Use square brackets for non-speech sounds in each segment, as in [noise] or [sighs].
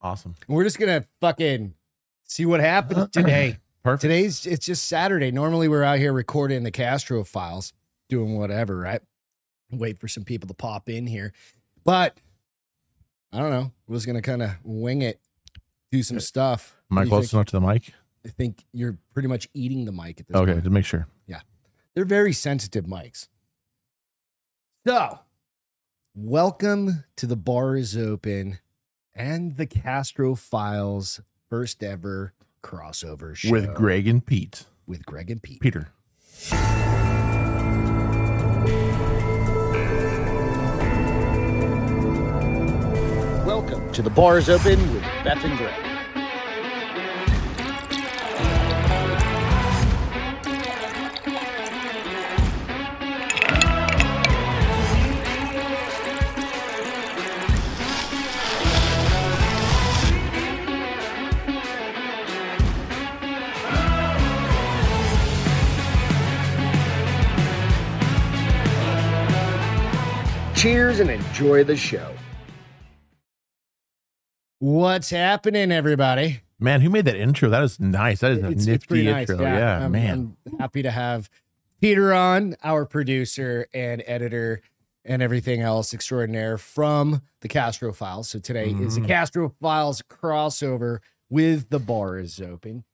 Awesome. We're just gonna fucking see what happens today. Perfect. Today's it's just Saturday. Normally we're out here recording the Castro files, doing whatever, right? Wait for some people to pop in here. But I don't know. We're just gonna kind of wing it, do some stuff. Am I You close think- enough to the mic? I think you're pretty much eating the mic at this Okay, point. to make sure. They're very sensitive mics. So, welcome to the bar is open and the Castro Files first ever crossover show With Greg and Pete. with Greg and Pete. Peter. Welcome to the bar is open with Beth and Greg. Cheers and enjoy the show. What's happening, everybody? Man, who made that intro? That is nice. That is a It's, it's nifty pretty nice. intro. yeah, yeah, I'm, man. I'm happy to have Peter on, our producer and editor, and everything else extraordinaire from the Castro Files. So today is the Mhm. Castro Files crossover with the bar is open.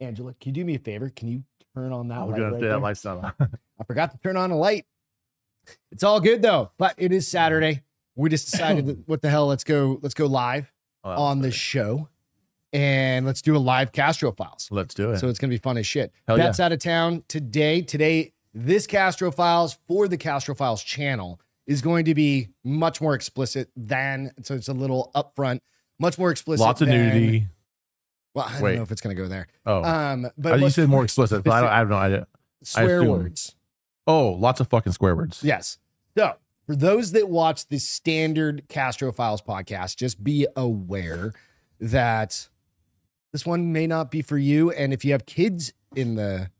Angela, can you do me a favor? Can you turn on that We're light? gonna right do there? that [laughs] lifestyle. I forgot to turn on a light. It's all good though, but it is Saturday. We just decided [laughs] that, what the hell, let's go, let's go live on the show and let's do a live Castro Files. Let's do it. So it's going to be fun as shit. Hell yeah. That's out of town today. Today, this Castro Files for the Castro Files channel is going to be much more explicit than, so it's a little upfront, much more explicit. Lots of than- nudity. Well, I Wait. don't know if it's going to go there. Oh, Um, Uh, but you what's- said more explicit. but I don't. I have no idea. swear assume. words. Oh, lots of fucking square words. Yes. So for those that watch the standard Castro Files podcast, just be aware that this one may not be for you. And if you have kids in the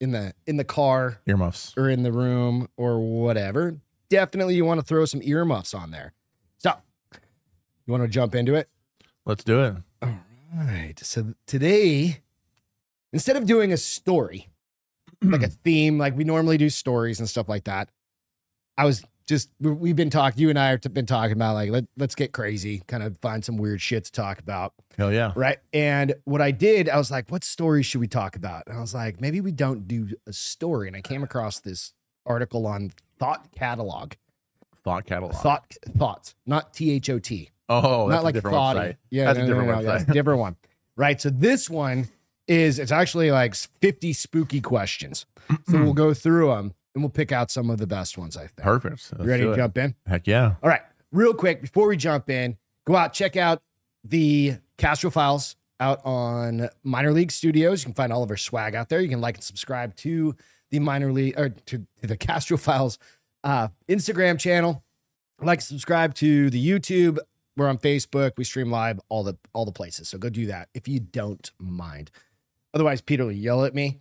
in the in the car Earmuffs. or in the room or whatever, definitely you want to throw some earmuffs on there. So you want to jump into it? Let's do it. All right. So today, instead of doing a story, like a theme, like we normally do stories and stuff like that, I was just we- we've been talking. You and I have been talking about like let let's get crazy, kind of find some weird shit to talk about, Hell yeah. right? And what I did, I was like, what story should we talk about? And I was like, maybe we don't do a story. And I came across this article on Thought Catalog, Thought catalog. Thought Thoughts, not T H O T Oh, that's not like a different thoughty. website. Yeah, That's a no, no, no, different no, that's website. a [laughs] different one, right? So this one is it's actually like 50 spooky questions. so [clears throat] we'll go through them and we'll pick out some of the best ones. I think. Perfect. Let's You ready do to it. jump in? Heck yeah. All right, real quick before we jump in, go out check out the Castro Files out on Minor League Studios. You can find all of our swag out there. You can like and subscribe to the Minor League or to, to the Castro Files uh, Instagram channel. Like and subscribe to the YouTube. We're on Facebook. We stream live all the all the places. So go do that if you don't mind. Otherwise, Peter will yell at me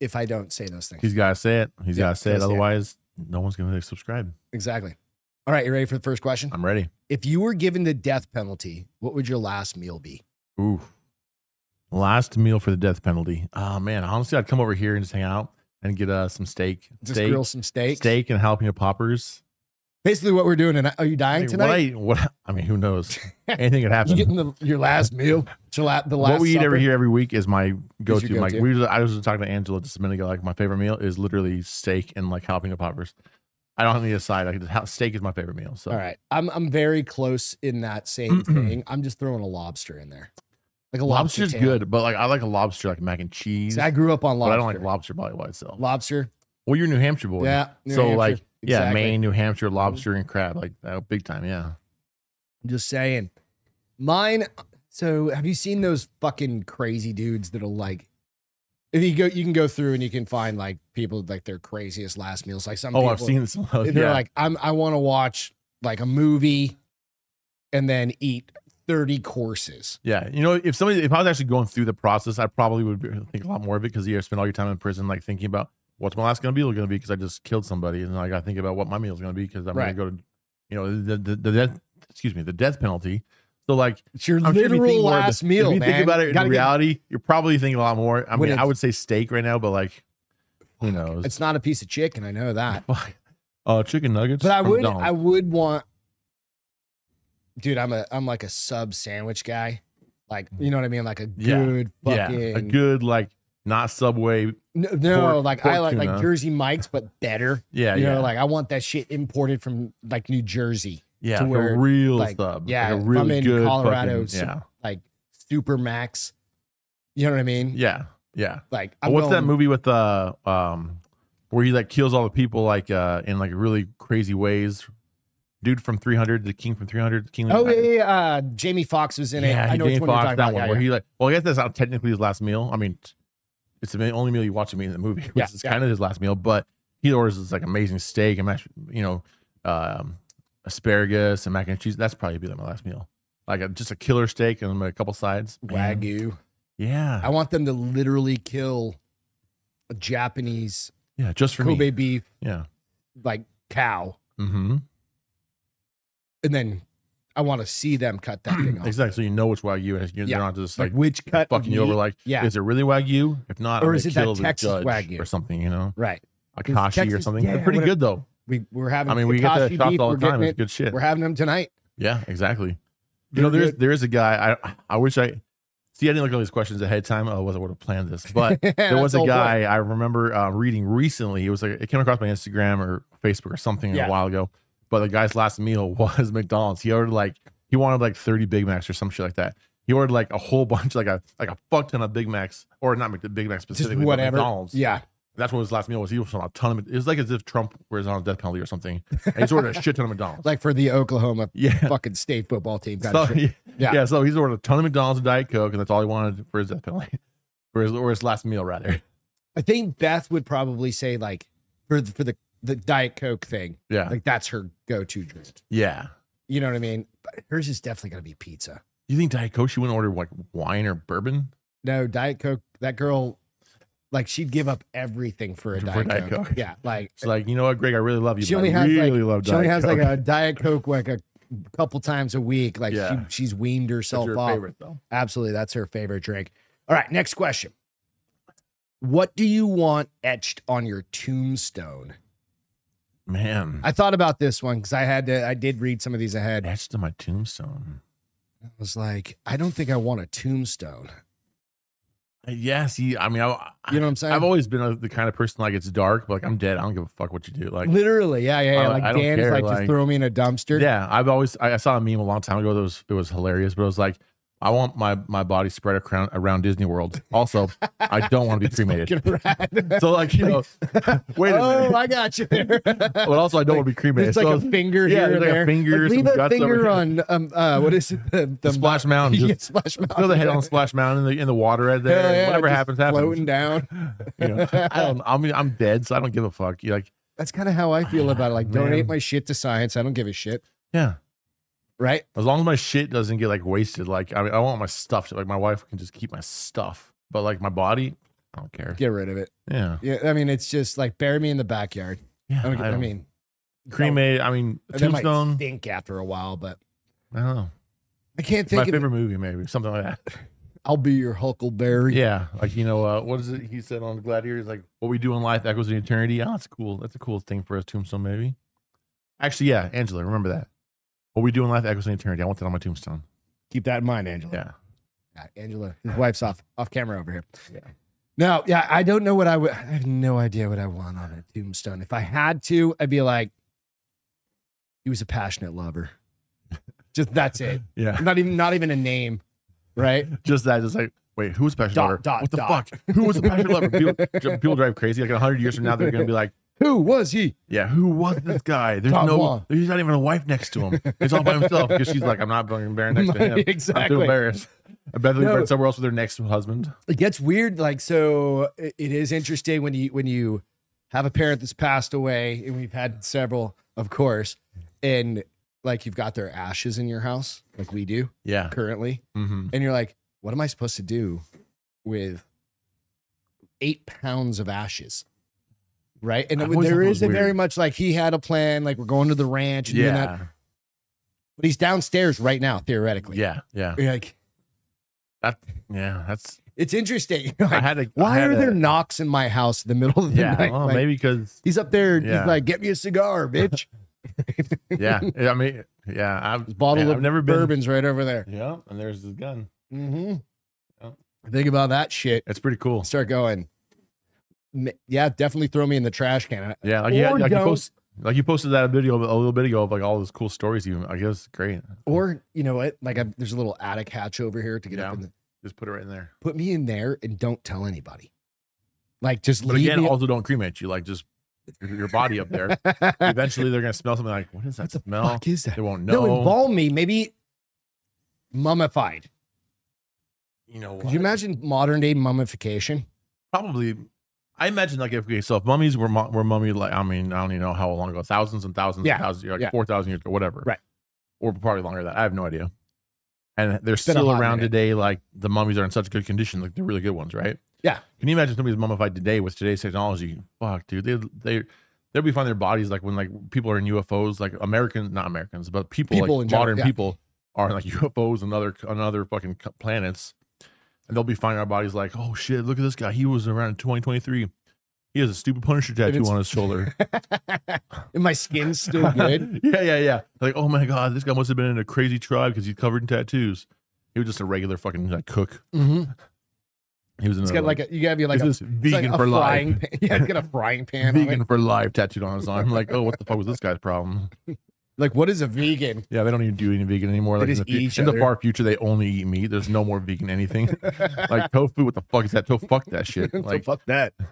if I don't say those things. He's gotta say it. He's Yeah, gotta say it. gotta say it. Otherwise, no one's gonna subscribe. Exactly. All right, you ready for the first question? I'm ready. If you were given the death penalty, what would your last meal be? Ooh. Last meal for the death penalty. Oh man, honestly, I'd come over here and just hang out and get uh, some steak, Just steak, grill some steak. steak, and jalapeno poppers. Basically, what we're doing tonight. Are you dying Hey, tonight? What I, what, I mean, who [laughs] knows? Anything could happen. you getting the, your last meal? Your la- the last what we eat supper? every here every week is my go-to. your Like go-to. we, was- I was talking to Angela just a minute ago. Like my favorite meal is literally steak and like jalapeno poppers. I don't need a side. I just, ha- steak is my favorite meal. So All right, I'm I'm very close in [clears throat] that same thing. I'm just throwing a lobster in there, like a lobster lobster's tail. good, but like I like a lobster like mac and cheese. See, I grew up on but lobster. I don't like lobster by by itself. lobster. well, you're a New Hampshire boy. Yeah. New so Hampshire. like yeah, Exactly. Mm-hmm. Maine, New Hampshire, lobster and crab, like uh, big time. Yeah. I'm just saying. Mine. So have you seen those fucking crazy dudes that'll like? If you go, you can go through and you can find like people like their craziest last meals. Like some. Oh, people, I've seen some. of those, they're yeah. like, I'm I want to watch like a movie and then eat 30 courses. Yeah, you know, if somebody, if I was actually going through the process, I probably would be- think a lot more of it because you spend all your time in prison, like thinking about what's my last gonna be going to be because I just killed somebody, and I got to think about what my meal is going to be because I'm Right. going to go to, you know, the, the the death, excuse me, the death penalty. So like It's your I'm sure if you think literal more of the- last meal, If you man. think about it in Gotta get- reality, you're probably thinking a lot more. I When mean, I it's- would say steak right now, but like, who knows? [laughs] it's not a piece of chicken. I know that. uh, chicken nuggets. But I from would, Donald. I would want, dude. I'm a, I'm like a sub sandwich guy. Like, you know what I mean? Like a Yeah. good yeah, fucking a good like not Subway. no, no, pork- like I pork like like tuna. Jersey Mike's, but better. Yeah, you yeah, know, like I want that shit imported from like New Jersey, yeah, to like where, a real like, sub. like yeah, a if I'm really in good Colorado, Fucking, so- yeah, like Super Max. You know what I mean? yeah, yeah. Like, Oh, I'm What's that going- movie with uh um where he like kills all the people like uh in like really crazy ways? Dude from 300, the King from 300, the King. Oh yeah, yeah, yeah. Uh, Jamie Fox was in it. I know Jamie which one you're Foxx, talking that about. one Yeah, where yeah. he like. Well, I guess that's not technically his last meal. I mean, t- it's the only meal you watch him eat in the movie, [laughs] which Yeah, is yeah. kind of his last meal. But he orders this like amazing steak and mashed, you know, um, asparagus and mac and cheese. That's probably be like my last meal, like a, just a killer steak and a couple sides. Man, Wagyu. I Yeah, want them to literally kill a Japanese yeah, just for Kobe me. beef Yeah. like cow, Mm-hmm. and then I want to see them cut that [clears throat] thing off. Exactly. So you know which wagyu is. You're, Yeah. They're not just Like, like, which cut? of fucking you over. meat- Like, yeah, is it really wagyu? If not, Or I'm is gonna it that kill the Texas judge Wagyu? or something? You know, right. Akashi or Texas- something. yeah, they're pretty whatever. good though. We we're having. I mean, we get that Kakashi shots beef, all we're the time. getting It's it- good shit. We're having them tonight. [laughs] Yeah, exactly. You They're know, there's good. there is a guy. I I wish I see. I didn't look at all these questions ahead of time. Otherwise, I would have planned this. [laughs] But there That's was the a whole guy I remember uh, reading recently. It was like it came across my Instagram or Facebook or something Yeah. a while ago. But the guy's last meal [laughs] was McDonald's. He ordered like he wanted like 30 Big Macs or some shit like that. He ordered like a whole [laughs] bunch, like a like a fuck ton of Big Macs, or not Mc- Big Macs point. Just specifically, but whatever. McDonald's. Yeah, That's what his last meal was. He was on a ton of. It was like as if Trump was on a death penalty or something. And he's ordered a shit ton of McDonald's. like for the Oklahoma [laughs] yeah, fucking state football team. Kind so, of shit. Yeah. [laughs] yeah. yeah, so he's ordered a ton of McDonald's and Diet Coke, and that's all he wanted for his death penalty, [laughs] for his or his last meal rather. [laughs] I think Beth would probably say like for the, for the the Diet Coke thing. Yeah, Like that's her go-to drink. yeah. You know what I mean? But hers is definitely gonna be pizza. You think Diet Coke? She wouldn't order like wine or bourbon No, Diet Coke, that girl, like she'd give up everything for a For Diet, Diet Coke. Coke. Yeah. Like It's like, you know what, Greg, I really love you. She but only I has, like- really love she Diet only has Coke. like a Diet Coke like a couple times a week. Like Yeah. she, she's weaned That's herself your off. favorite though. Absolutely. That's her favorite drink. All right. Next question. What do you want etched on your tombstone? Man, I I thought about this one because I had to, I did read some of these ahead. etched to my tombstone. I was like, I don't think I want a tombstone. Uh, Yeah, see, I mean, I, I, You know what I'm saying? I've always been a, the kind of person like it's dark, but like I'm dead. I don't give a fuck what you do. Like, Literally, yeah, yeah, yeah. I- like I don't Dan's care, like, just like- throw me in a dumpster. [laughs] Yeah, I've always I, I saw a meme a long time ago that was it was hilarious, but it was like I want my my body spread around around Disney World. Also, I don't [laughs] want to be cremated. Fucking rad. So like you [laughs] know, wait a oh, minute. I got you there. [laughs] But also, I don't like, want to be cremated. It's like so a finger yeah, here there's and like a there. finger, Like, leave some a guts over finger here. on um uh what is it? [laughs] The, the Splash Mountain. [laughs] yeah, Just splash mouth. throw the head on Splash Mountain in the in the water right there. Hell and yeah, Whatever just happens, happens. Floating down. You know, I don't. I mean, I'm dead, so I don't give a fuck. You like, That's kind of how I feel about it. Like, donate Man. my shit to science. I don't give a shit. yeah. Right? As long as my shit doesn't get like wasted, like I mean, I want my stuff. To, like my wife can just keep my stuff, but like my body, I don't care. Get rid of it. Yeah, Yeah. I mean, it's just like bury me in the backyard. yeah. I, don't, get- I don't- mean, cremated. I mean, that- that might Tombstone. stink after a while, but I don't know. I can't My think of. favorite movie, maybe something like [laughs] that. I'll be your Huckleberry. Yeah, like you know, uh, what is it he said on Gladiator? He's like, "What we do in life echoes in eternity." Oh, that's cool. That's a cool thing for us, Tombstone. Maybe. Actually, yeah, Angela, remember that. What we do in life echoes in eternity. I want that on my tombstone. Keep that in mind, Angela. Yeah. Yeah, Angela, his wife's off off camera over here. Yeah. No, yeah, I don't know what I would. I have no idea what I want on a tombstone. If I had to, I'd be like, he was a passionate lover. [laughs] Just [laughs] that's it. Yeah. Not even not even a name, [laughs] right? Just that. Just like, wait, who was passionate Dot, lover? dot, what the dot. fuck? Who was the passionate [laughs] lover? People, people drive crazy. Like hundred years from now, they're gonna be like, Who was he? "Yeah, who was this guy? There's Don Juan. no. There's not even a wife next to him. He's all by himself." Because she's like, "I'm not fucking bearing [laughs] next to him." I'm too exactly. embarrassed. I bet they No. no. somewhere else with their next husband. it gets weird like so it, it is interesting when you when you have a parent that's passed away and we've had several of course and like you've got their ashes in your house like we do Yeah. currently hmm and you're like what am i supposed to do with eight pounds of ashes right and I've always there thought that is was a very weird. much like he had a plan like we're going to the ranch and doing that Yeah. but he's downstairs right now, theoretically. Yeah, yeah, You're like, that, yeah. That's it's interesting. [laughs] You're I like, had to. I why had are to- there knocks in my house in the middle of the Yeah, night? well, Like, maybe [laughs] because He's up there. Yeah. He's like, get me [laughs] a cigar, bitch. yeah. I mean, yeah. I've His bottle Yeah, of I've never been- bourbon's right over there. yeah, and there's the gun. hmm Yeah. Think about that shit. It's pretty cool. Start going. M- Yeah, definitely throw me in the trash can. Yeah, like, yeah, Or like you don't. post, like you posted that video a little bit ago of like all those cool stories. Even I guess great. Or you know what? Like, i there's a little attic hatch over here to get Yeah. up. In the, Just put it right in there. put me in there and don't tell anybody. Like, just But leave again, me. [laughs] also don't cremate you. Like just your your body up there. [laughs] Eventually, they're gonna smell something like what is that what the smell? fuck is that? They won't know. No, embalm me. Maybe mummified. you know, Could you what? imagine modern day mummification? [laughs] probably. I imagine like if okay, so if mummies were mu- were mummied like I mean I don't even know how long ago thousands and thousands Yeah, and thousands like yeah. four thousand years ago whatever Right. or probably longer than that I have no idea and they're been a still hot around minute. today like the mummies are in such good condition like they're really good ones right Yeah. can you imagine somebody's mummified today with today's technology fuck dude they they they'll be finding their bodies like when like people are in UFOs like American not Americans but people, People like in general, modern yeah. people are in like [laughs] UFOs and other on other fucking c- planets and they'll be finding our bodies like, oh shit, look at this guy. He was around in 2023. He has a stupid Punisher tattoo it's- on his [laughs] shoulder. and my skin's [laughs] still good. yeah, yeah, yeah. Like, oh my god, this guy must have been in a crazy tribe because he's covered in tattoos. He was just a regular fucking like cook. mm-hmm. He was in It's got like a, you gotta be like a, this is it's vegan like a for frying life. pan. [laughs] Yeah, it's got a frying pan. on it. Vegan for life tattooed on his arm. Like, oh, what the fuck was this guy's problem? Like, what is a vegan? Yeah, they don't even do any vegan anymore. They Like in, just the, fu- eat each in the other. far future, they only eat meat. There's no more vegan anything. [laughs] [laughs] like tofu, what the fuck is that? To fuck that shit. So Like, fuck that. All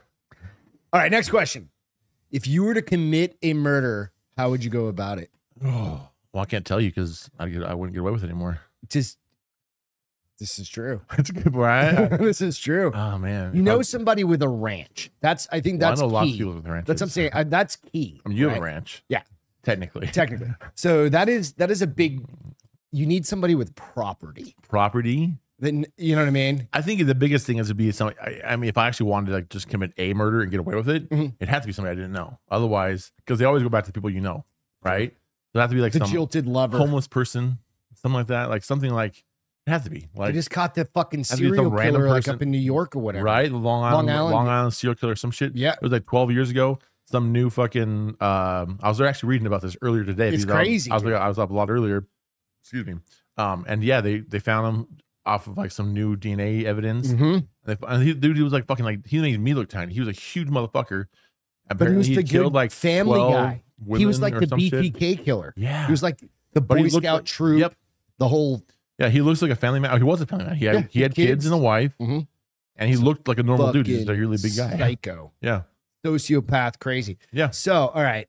right, next question. If you were to commit a murder, how would you go about it? oh, well, I can't tell you because I get I wouldn't get away with it anymore. [laughs] Just this is true. That's a good one. I- I- [laughs] this is true. [laughs] oh man, You If I- know somebody with a ranch. That's I think well, that's I know lots of key. people with ranches. That's what I'm saying. I- that's key. I mean, you have right? a ranch. Yeah. technically. [laughs] Technically. So that is that is a big you need somebody with property. Property. Then you know what I mean? I think the biggest thing is to be somebody. I, I mean, if I actually wanted to like just commit a murder and get away with it, Mhm. it had to be somebody I didn't know. Otherwise, because they always go back to the people you know, right? So it has to be like The some jilted lover. homeless person, something like that, like something like it has to be They like just caught the fucking Have you some serial random killer like person- up in New York or whatever. right Long Island, Long Long Island, Island. serial killer, some shit. Yeah. it was like 12 years ago. Some new fucking. Um, I was actually reading about this earlier today. It's because I was- crazy, I was, I was up a lot earlier. Excuse me. Um, and yeah, they they found him off of like some new DNA evidence. Mm-hmm. And, they, and he, dude, he was like fucking like he made me look tiny. He was a huge motherfucker. But he Apparently, was he, the killed good like family 12 guy. He women was like or the some shit. BTK killer. Yeah, He was like the But he Boy looked Scout like- troop. yep. The whole Yeah, he looks like a family man. Oh, he was a family man. He had, Yeah, he had kids. kids. and a wife, Mhm. and he looked like a normal dude. He's fucking just a really big guy. psycho, Yeah, sociopath, crazy. Yeah. So, all right.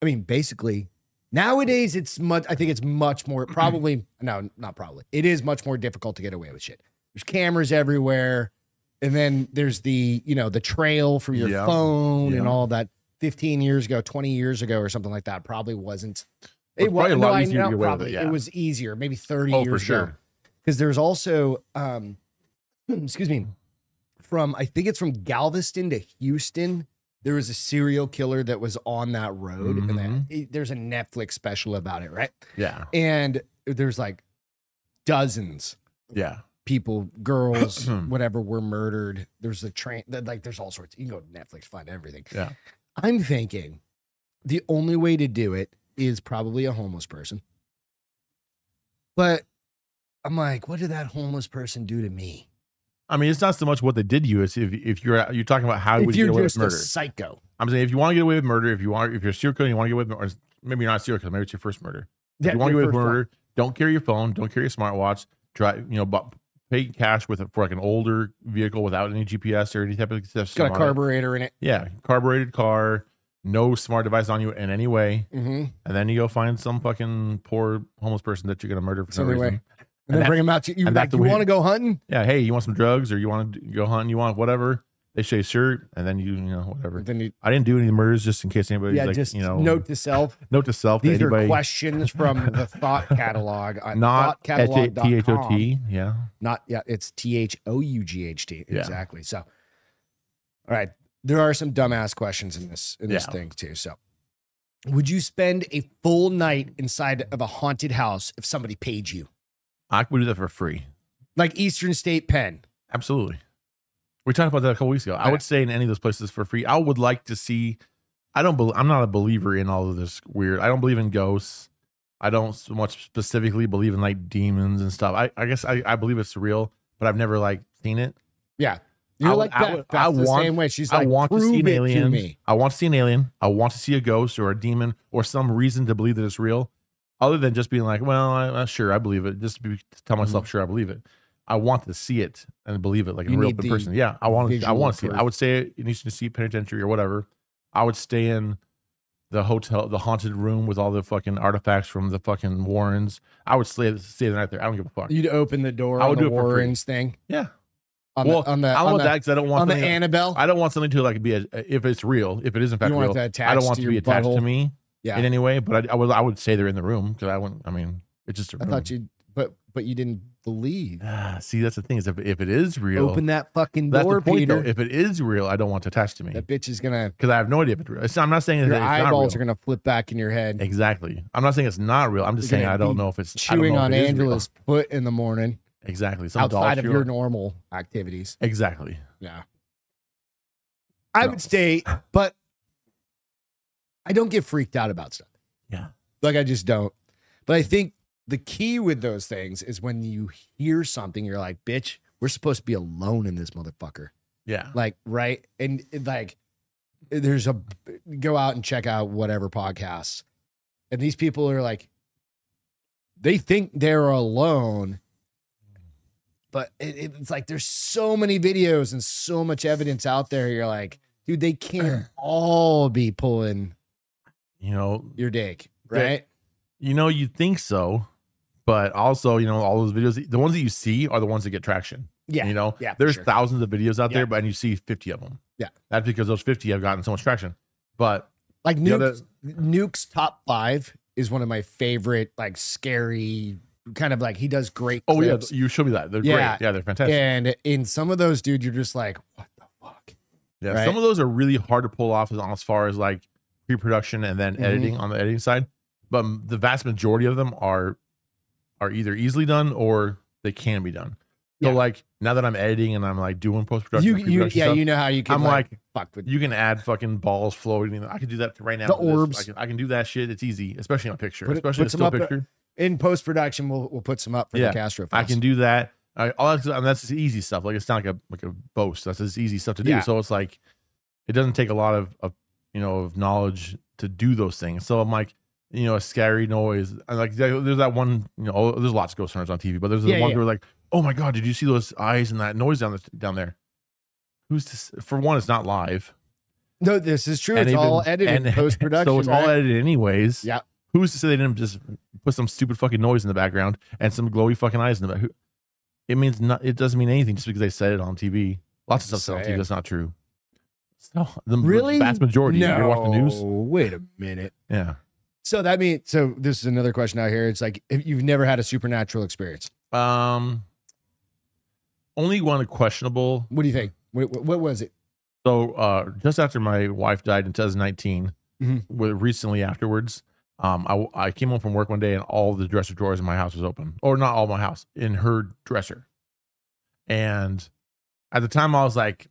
I mean, basically, nowadays it's much. I think it's [clears throat] much more. Probably no, not probably. It is much more difficult to get away with shit. There's cameras everywhere, and then there's the you know the trail from your Yeah. phone and Yeah. all that. Fifteen years ago, twenty years ago, or something like that, probably wasn't. It was wa- probably a lot I- easier to no, get away with it, probably. yeah. was easier, maybe thirty oh years for sure. ago. because there's also um [clears throat] excuse me from i think it's from galveston to houston there was a serial killer that was on that road and Mhm. that, it- there's a netflix special about it right Yeah, and there's like dozens yeah. people girls [clears throat] whatever were murdered there's a train that like there's all sorts you can go to netflix find everything Yeah. i'm thinking the only way to do it is probably a homeless person but i'm like what did that homeless person do to me I mean, it's not so much what they did to you. It's if if you're you're talking about how would if you you're get away just with a murder. psycho I'm saying if you want to get away with murder, if you want, if you're a serial killer, and you want to get away with, murder, or maybe you're not a serial killer, maybe it's your first murder. if That- you want to your get away with first thought. murder, don't carry your phone, don't carry your smartwatch. Try you know, bu- pay cash with it for like an older vehicle without any GPS or any type of stuff. it's got a on it. carburetor in it Yeah, carbureted car, no smart device on you in any way. mm-hmm. and then you go find some fucking poor homeless person that you're gonna murder for Some some way. reason. and, then that- bring him out to you and like that's the you way- want to go hunting Yeah, hey, you want some drugs or you want to go hunting? You want whatever? They say sure, and then you you know whatever. then you, I didn't do any murders just in case anybody. yeah like, just you know note to self note to self. these to are anybody, questions from [laughs] the thought catalog on not thoughtcatalog.com. T H O T. Yeah, not yeah it's t-h-o-u-g-h-t Yeah. exactly so all right there are some dumbass questions in this in this Yeah. thing too so Would you spend a full night inside of a haunted house if somebody paid you? I would do that for free. Like Eastern State Penn. Absolutely. We talked about that a couple weeks ago. I would stay in any of those places for free. I would like to see. I don't. Bel I'm not a believer in all of this weird. I don't believe in ghosts. I don't so much specifically believe in like demons and stuff. I, I guess I, I believe it's real, but I've never like seen it. Yeah. You're I- like I Beth. would- Beth's I the want- same way. She's I like, want to prove see an it to alien. me. I want to see an alien. I want to see a ghost or a demon or some reason to believe that it's real, other than just being like, well, I, I, sure I believe it. Just to, be, to tell myself, sure I believe it. I want to see it and believe it like a Mm-hmm. You real need the person. Yeah, I want to. I visual want to see it. I proof. would say it needs to see penitentiary or whatever. I would stay in the hotel, the haunted room with all the fucking artifacts from the fucking Warrens. I would stay stay the night there. I don't give a fuck. You'd open the door I on would the do it for free. Warrens thing. yeah, On Well, the on the I don't on want the, that because I don't want on the something- Annabelle. I don't want something to like be a, if it's real, if it is in you fact don't real. want that attached I don't want to, to your be attached butthole. to me Yeah. in any way, but I, I would I would say they're in the room because I wouldn't. I mean, it's just a I room. thought you but but you didn't believe. Ah, see, that's the thing is if, if it is real, Open that fucking that's door, the point. Peter. Though, if it is real, I don't want to attach to me that bitch is gonna because I have no idea if it's real. It's- I'm not saying that your it's not real. eyeballs are gonna flip back in your head. exactly. I'm not saying it's not real. I'm just You're saying gonna I don't be know if it's I don't Chewing know on if it is real. Angela's foot in the morning Exactly. Some doll outside of chew your on- normal activities. Exactly. Yeah. I No. [laughs] would stay, but I don't get freaked out about stuff. Yeah. Like I just don't. But I think the key with those things is when you hear something, you're like, bitch, we're supposed to be alone in this motherfucker. Yeah. Like, right. And like there's a go out and check out whatever podcasts. And these people are like, they think they're alone. But it, it- it's like there's so many videos and so much evidence out there. You're like, dude, [clears throat] they can't all be pulling You know. your dick, They- right? You know. You think so, but also you know all those videos. The ones that you see are the ones that get traction. Yeah. You know, yeah, for there's sure. thousands of videos out Yeah. there, but and you see 50 of them. Yeah. That's because those 50 have gotten so much traction. But Like the Nuke's, Nuke's top five is one of my favorite, like scary kind of like he does great. oh yeah, clips. you showed me that. They're Yeah. great. Yeah, they're fantastic. Yeah. And in some of those, dude, you're just like, what the fuck? right. Some of those are really hard to pull off as, as far as like pre-production and then Mhm. editing on the editing side. But m- the vast majority of them are are either easily done or they can be done. So Yeah. like now that I'm editing and I'm like doing post-production, You, you, pre-production yeah, stuff, you know how you can I'm like, like fuck with you can add fucking balls floating. I can do that right now. The for this. orbs. I can, I can do that shit. It's easy, especially on picture, Put it- especially put a some still up, uh, picture. in post production. We'll we'll put some up for Yeah, the Castro. I files. can do that. I, all that's, and that's just easy stuff. Like it's not like a like a boast. That's just easy stuff to do. Yeah. So it's like it doesn't take a lot of, of you know of knowledge to do those things. So I'm like you know a scary noise. And like there- there's that one you know oh, there's lots of ghost hunters on TV, but there's the Yeah, one yeah. where like oh my god did you see those eyes and that noise down the, down there? Who's this? For one, it's not live. No, this is true. And It's even- all edited and- [laughs] post production. So it's all edited anyways. Yeah. Who's to say they didn't just put some stupid fucking noise in the background and some glowy fucking eyes in the back? Who- It means not. It doesn't mean anything just because they said it on TV. Lots of stuff said on TV Saying. that's not true. So the Really? vast majority. No, You watch the news. wait a minute. Yeah. So that means so this is another question out here. It's like if you've never had a supernatural experience. Um. Only one questionable. What do you think? What, what, what was it? So uh, just after my wife died in 2019, Mhm. with- recently afterwards, um, I, I came home from work one day and all the dresser drawers in my house was open, or not all my house in her dresser. And at the time, I was like,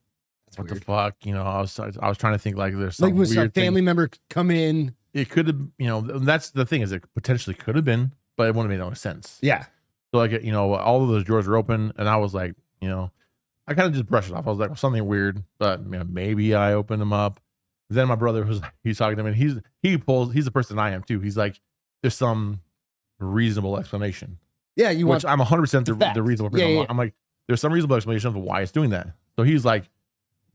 That's "What weird. the fuck?" You know, I was I was trying to think like there's Like some was a weird family family. member come in? It could have, you know, and that's the thing is it potentially could have been, but it wouldn't have made no sense. Yeah, So like you know, all of those drawers were open, and I was like, you know, I kind of just brushed it off. I was like, well, something weird, but you know, maybe I opened them up. Then my brother was [laughs] he's talking to me, and he's he pulls he's the person I am too. He's like, there's some reasonable explanation, yeah. You which want? I'm 100 percent the, the facts. the reasonable Yeah, person. I'm yeah, like- I'm like, there's some reasonable explanation of why it's doing that. So he's like,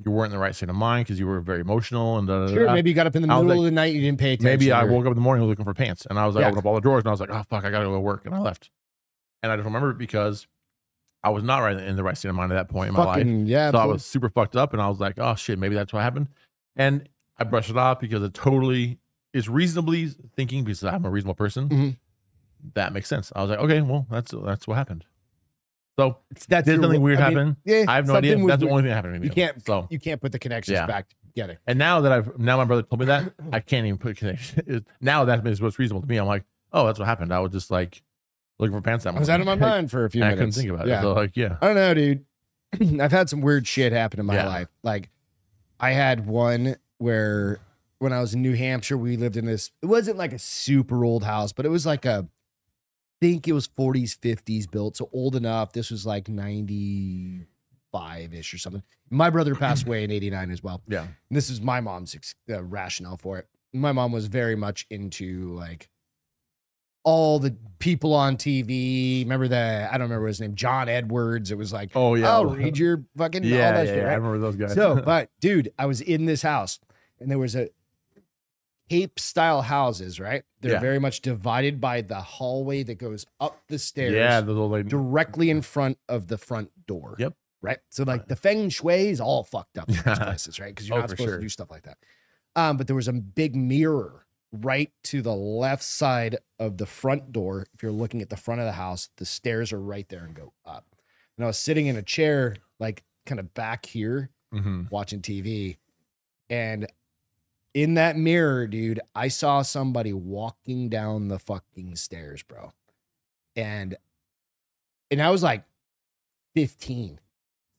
you weren't in the right state of mind because you were very emotional and da, da, da, Sure, da. maybe you got up in the I was middle like, of the night. You didn't pay attention. Maybe I or- woke up in the morning looking for pants, and I was like, Yeah. I opened up all the drawers, and I was like, oh fuck, I gotta go to work, and I left. And I just remember it because I was not right in the right state of mind at that point in my life, Fucking yeah. so I boy. was super fucked up, and I was like, oh shit, maybe that's what happened. And I brushed it off because it totally is reasonably thinking because I'm a reasonable person. Mhm. That makes sense. I was like, okay, well, that's that's what happened. So did That's your- something weird I mean, [laughs] happen? yeah, I have no idea. something was That's the weird. only thing that happened to me. You can't So you can't put the connections Yeah. back. Get it. And now that I've now my brother told me that I can't even put a connection. [laughs] It- now that is what's reasonable to me. I'm like, oh, that's what happened. I was just like looking for pants. That I was out of my morning. mind for a few And Oh, [laughs] I minutes. couldn't think about Yeah. it. So like, yeah, I don't know, dude. [clears throat] I've had some weird shit happen in my Yeah. life. Like, I had one where when I was in New Hampshire, we lived in this. It wasn't like a super old house, but it was like a. I think it was 40s, 50s built, so old enough. This was like 95 ish or something. My brother passed away in 89 as well. yeah, And this is my mom's ex- uh, rationale for it. My mom was very much into like all the people on TV. Remember the I don't remember his name, John Edwards. It was like, Oh, yeah. I'll read your fucking all yeah, that yeah, shit, yeah. I right? remember those guys. So, but dude, I was in this house and there was a Cape style houses, right? They're Yeah. very much divided by the hallway that goes up the stairs yeah, those old lady. directly in front of the front door. Yep. Right. So like the feng shui is all fucked up in these [laughs] Yeah. places, right? Because you're Oh, not for supposed sure. to do stuff like that. Um, but there was a big mirror right to the left side of the front door. If you're looking at the front of the house, the stairs are right there and go up. And I was sitting in a chair, like kind of back here, [clears throat] Mhm. watching TV. And in that mirror, dude, I saw somebody walking down the fucking stairs, bro. And and I was like 15,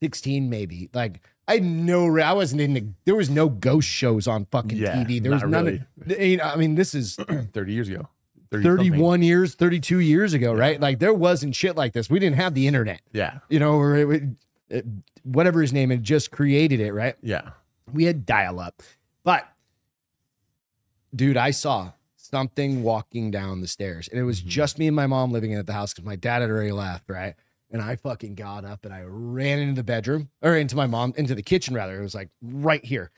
16 maybe. Like I had no re- I wasn't in the there was no ghost shows on fucking Yeah, TV. There was not none really. of you know, I mean, this is Thirty years ago. 30-something. 31 years, 32 years ago, right? Like there wasn't shit like this. We didn't have the internet, Yeah, you know, or it, would- it, whatever his name had just created it, right? yeah. we had dial up. But dude, I saw something walking down the stairs, and it was Mhm. just me and my mom living at the house because my dad had already left, right? And I fucking got up and I ran into the bedroom or into my mom, into the kitchen rather. It was like right here.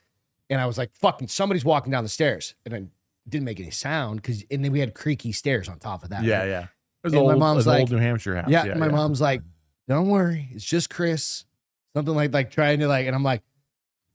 And I was like, fucking, somebody's walking down the stairs. And I didn't make any sound because, and then we had creaky stairs on top of that. Yeah, yeah. It was And my old- mom's an like- old New Hampshire house. Yeah, my mom's like, "Don't worry, it's just Chris." Something like like trying to like, and I'm like,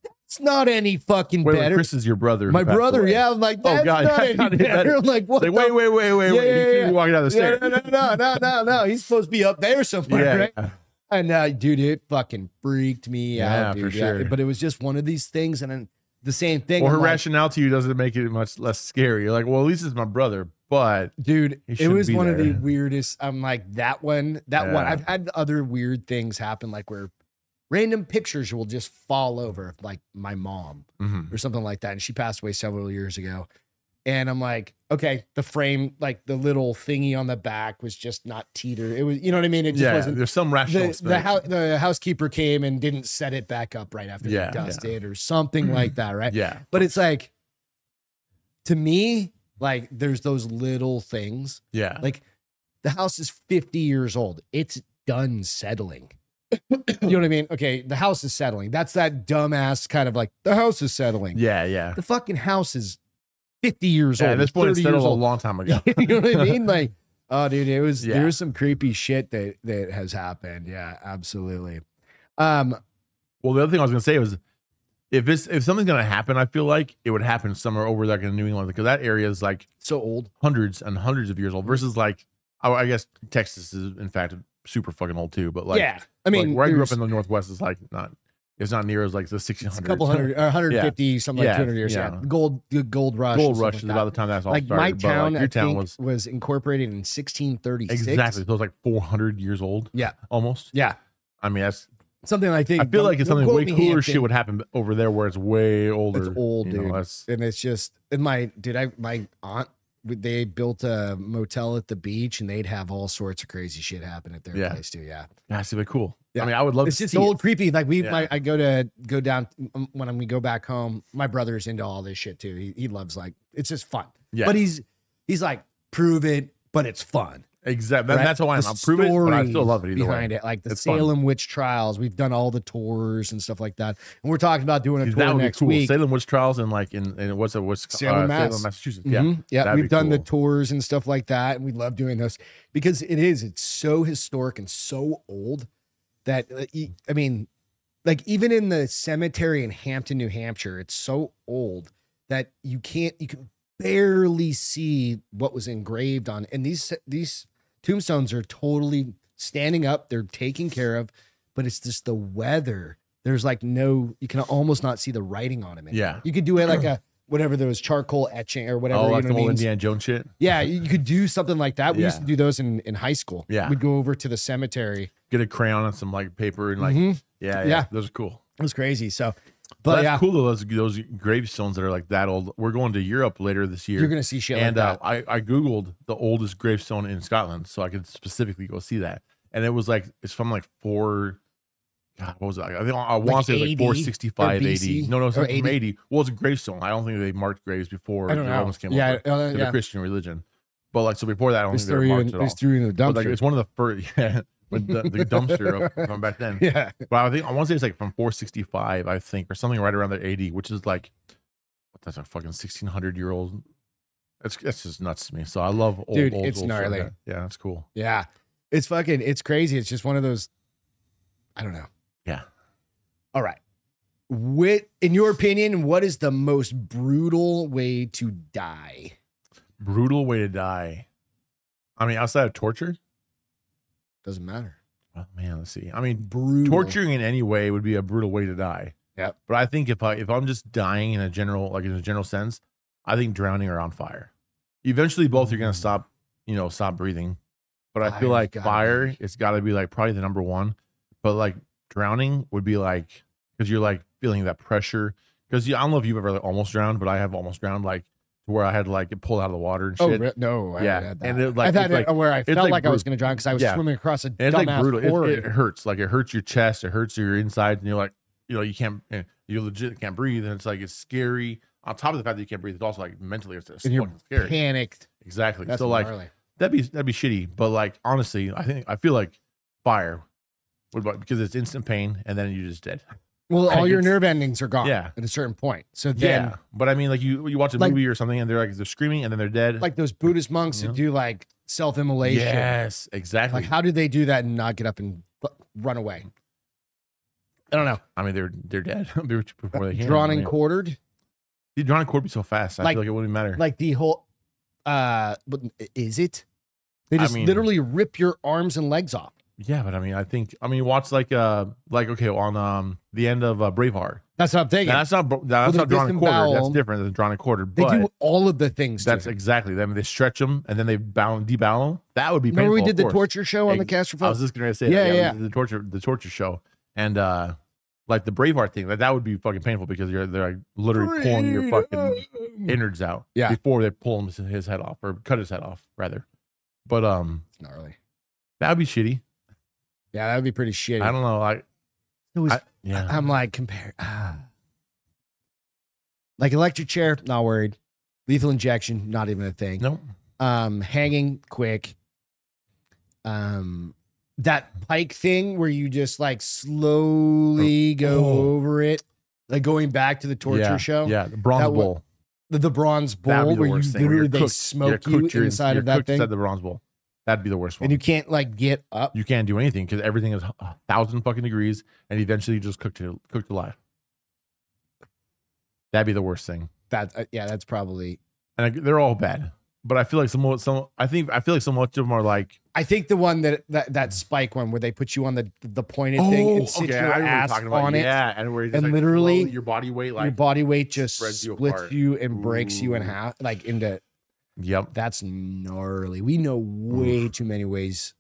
"That's not any fucking Wait, wait, better." Chris is your brother. who My passed brother, away. Oh, yeah, I'm like, "That's God, [laughs] not that's any not any better." better. I'm like, "What?" Like, the wait, wait, wait, wait, Yeah, wait. yeah, you yeah. keep walking down the yeah, stairs. no, no, no, no, no, no. He's supposed to be up there somewhere, Yeah, right? yeah. And uh, dude, it fucking freaked me out, Yeah, for dude. Yeah, sure. But it was just one of these things, and then the same thing. Well, her I'm like, rationale to you doesn't make it much less scary. You're like, well, at least it's my brother, but dude He it shouldn't was be one of the there. weirdest i'm like that one that one Yeah. i've had other weird things happen like where random pictures will just fall over like my mom mm-hmm. or something like that and she passed away several years ago and i'm like okay the frame like the little thingy on the back was just not teeter it was you know what i mean it just yeah, wasn't there's some rational. the, the, hou- the housekeeper came and didn't set it back up right after Yeah, they yeah. dusted or something like that right yeah, but it's like to me like there's those little things yeah, like the house is 50 years old. It's done settling. [coughs] you know what I mean? Okay, the house is settling. That's that dumbass kind of like the house is settling. yeah, yeah. The fucking house is 50 years Yeah, old. at this point, 30 it's years settled a old. long time ago. [laughs] you know what [laughs] I mean? Like, oh dude, it was Yeah. there was some creepy shit that that has happened. Yeah, absolutely. Um Well, the other thing I was gonna say was, if it's if something's gonna happen, I feel like it would happen somewhere over like in New England because that area is like so old. hundreds and hundreds of years old. Versus like, I, I guess Texas is in fact super fucking old too. But like, yeah. I I mean, mean, where I grew up there's- in the Northwest is like not, it's not near as like the 1600s. it's a couple hundred, or 150, something like Yeah, 200 years. Yeah. yeah. Gold, the gold rush. and Gold stuff rush like is that. about the time that's all like started. my but, like, town, your I town think, was was incorporated in 1636. exactly. So it was like 400 years old. Yeah. almost. Yeah, I mean, that's. something I think. I feel like it's don't something quote way me, cooler Hampton. shit would happen over there where it's way older. old, you know, dude. that's- And it's just, and my dude, I my aunt, they built a motel at the beach, and they'd have all sorts of crazy shit happen at their Yeah. place too. Yeah, yeah, it's super cool. Yeah. I mean, I would love it's to just see old, creepy. Like we, Yeah. my, I go to go down um, when we go back home. My brother's into all this shit too. He, he loves like it's just fun. It. Yeah, But he's he's like prove it, but it's fun. exactly. That- right? That's why I'm The I'll prove it, but I still stories love it either way. behind it. Like the It's fun. Salem witch trials, we've done all the tours and stuff like that, and we're talking about doing a Dude, tour That would be next cool. week. Salem witch trials and like in, in what's it? What's Salem, Mass. Salem, Massachusetts? Yeah, Mhm. yeah, that'd we've be done the cool. tours and stuff like that, and we love doing those because it is it's so historic and so old that uh, e- I mean, like even in the cemetery in Hampton, New Hampshire, it's so old that you can't you can barely see what was engraved on. And these these tombstones are totally standing up; they're taken care of, but it's just the weather there's like no, you can almost not see the writing on him. anymore. Yeah. You could do [clears throat] it like a, whatever there was charcoal etching or whatever. oh, you like know the what I old mean? Indiana Jones shit. Yeah, you could do something like that. We used Yeah. to do those in, in high school. Yeah. We'd go over to the cemetery. Get a crayon and some like paper and like Mhm. yeah, yeah, Yeah. Those are cool. It was crazy. So, But but that's yeah, cool though. Those those gravestones that are like that old. We're going to Europe later this year. you're going to see shit and like that. uh, I, I googled the oldest gravestone in Scotland, so I could specifically go see that. And it was like it's from like four. God, what was it? I think I want Like to say it was like 80 four sixty five or eighty. BC, No, no, it's or not from 80. eighty. Well, it's a gravestone. I don't think they marked graves before I don't the know. Romans came yeah, over. uh, to the yeah. Christian religion. But like so before that, I don't They think they were threw you marked in, at they all. threw you in the But dumpster. like it's one of the first, [laughs] yeah, with the, the dumpster of, from back then. [laughs] yeah, But I think I want to say it's like from 465, I think, or something right around there, 80, which is like what that's a fucking 1600 year old. That's that's just nuts to me. So I love old, Dude, old, it's old shit like gnarly. that. Yeah, that's cool. yeah. It's fucking, it's crazy. It's just one of those. I don't know. Yeah. All right. What, in your opinion, what is the most brutal way to die? Brutal way to die. I mean, outside of torture. Doesn't matter. Well, man, let's see. I mean, Brutal torturing in any way would be a brutal way to die. Yep. But I think if I if I'm just dying in a general like in a general sense, I think drowning or on fire. Eventually, both are gonna stop. You know, stop breathing. But I feel Fire's like Mm. gotta fire, be- it's got to be like probably the number one. But like drowning would be like because you're like feeling that pressure. Because I don't know if you've ever like, almost drowned, but I have almost drowned like to where I had to like get pulled out of the water and shit. Oh re- no! I Yeah, haven't had that. and it, like, I've had it's it where I felt like like, I was brut- going to drown because I was Yeah. swimming across a And it's dumbass like brutal. It- It, corridor. hurts. Like it hurts your chest. It hurts your insides, and you're like, you know, you can't, eh, you legit can't breathe, and it's like it's scary. On top of the fact that you can't breathe, it's also like mentally, it's, it's and you're fucking scary. panicked. Exactly. That's so like gnarly. that'd be that'd be shitty. But like honestly, I think I feel like fire. What about because it's instant pain, and then you're just dead. well, like, all your it's- nerve endings are gone. Yeah. at a certain point. So then, but I mean, like you you watch a Like- movie or something, and they're like they're screaming, and then they're dead. like those Buddhist monks Yeah. who do like self-immolation. yes, exactly. Like, how did they do that and not get up and fu- run away? I don't know. I mean, they're they're dead [laughs] They were- before they can. Drawn I and mean, quartered, the drawn and cord be so fast. I Like- feel like it wouldn't matter. like the whole. uh but Is it? They I just mean- literally rip your arms and legs off. Yeah, but I mean, I think I mean, watch like uh, like okay, on um, the end of uh, Braveheart. That's what I'm Now, thinking. that's not bro- that's they not drawn a quarter. That's disembowel 'em. different than drawn a quarter. They But do all of the things. to that's it. exactly. I mean, they stretch them and then they bound debowl them. That would be. painful, Remember we did of the course. torture show on the Ex- Castro I Files? was just gonna say, Yeah, that. yeah. we did The torture, the torture show, and uh, like the Braveheart thing. That that would be fucking painful because you're they're like literally pulling your fucking innards out. Yeah. Before they pull him, his head off or cut his head off rather. But um, gnarly. that would be shitty. Yeah, that would be pretty shitty. I don't know. I, It was- I yeah. I'm like compare. ah. Like electric chair, not worried. Lethal injection, not even a thing. Nope. Um, hanging, quick. Um, that pike thing where you just like slowly go Oh. over it, like going back to the torture Yeah, show. Yeah, the bronze That would- bowl. The, the bronze That'd bowl be the where you worst thing. Where you're literally they cooked. You're smoke you cooked, you're inside you're of that cooked thing, Inside the bronze bowl. That'd be the worst one. and You, you can't like get up. can't do anything because everything is a thousand fucking degrees, and eventually you just cooked to cooked alive. That'd be the worst thing. That uh, yeah, that's probably And I, they're all bad, but I feel like some some I think I feel like so much of them are like I think the one that that, that spike one where they put you on the the pointed thing and sit your "Oh, I remember ass talking about on it, yeah, and where you just and like literally slowly- your body weight your like body weight just spreads you splits apart. you and breaks you in Ooh. half, like into yep that's gnarly. We know way too many ways.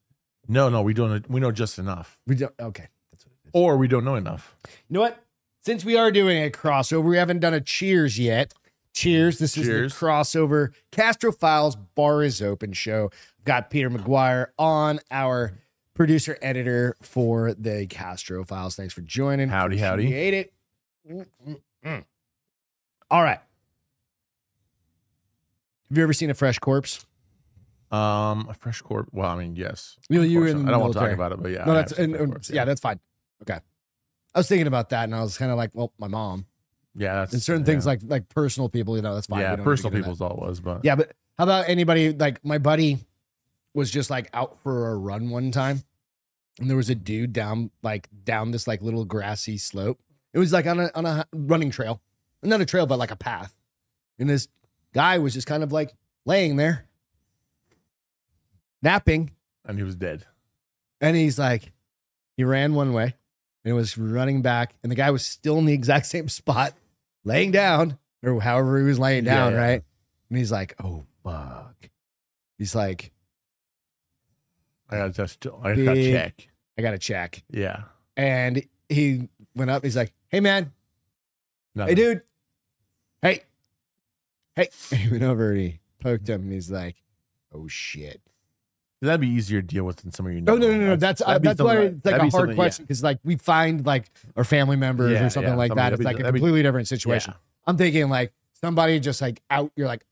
no no we don't we know just enough We don't. Okay, that's what it is. or we don't know enough You know what? Since we are doing a crossover, we haven't done a cheers yet. Cheers. This Cheers. is the crossover Castro Files Bar is Open show. Got Peter McGuire on our producer editor for the Castro Files. Thanks for joining. Howdy, howdy. Appreciate it. Mm-mm-mm. All right. Have you ever seen a fresh corpse? um a fresh corp well I mean yes You know, you were Unfortunately, in the I don't want to military. talk about it, but yeah. No, I that's have some and, friend and- groups, yeah. that's fine. Okay. I was thinking about that, and I was kind of like, well, my mom yeah, that's and certain things like like personal people, you know, that's fine. yeah, We don't need to personal get into people's all it was, but that. Yeah, but how about anybody like my buddy was just like out for a run one time, and there was a dude down like down this like little grassy slope. It was like on a on a running trail, not a trail, but like a path, and this guy was just kind of like laying there, napping, and he was dead. and he's like, he ran one way, and it was running back, and the guy was still in the exact [laughs] same spot, laying down or however he was laying Yeah, down, yeah. right? And he's like, "Oh fuck!" He's like, I gotta test. I gotta Big- check. "I gotta check," Yeah. and he went up. He's like, "Hey man, No. hey dude, hey, hey." [laughs] He went over and he poked him, and he's like, "Oh shit." That'd be easier to deal with than some of your. No, no, no, no. That's uh, that'd be that's why something- it's like that'd a be hard something- question because like we find like our family members Yeah, or something yeah, like something that. that'd It's be- like a that'd be- completely different Yeah. situation. I'm thinking like somebody just like out. You're like,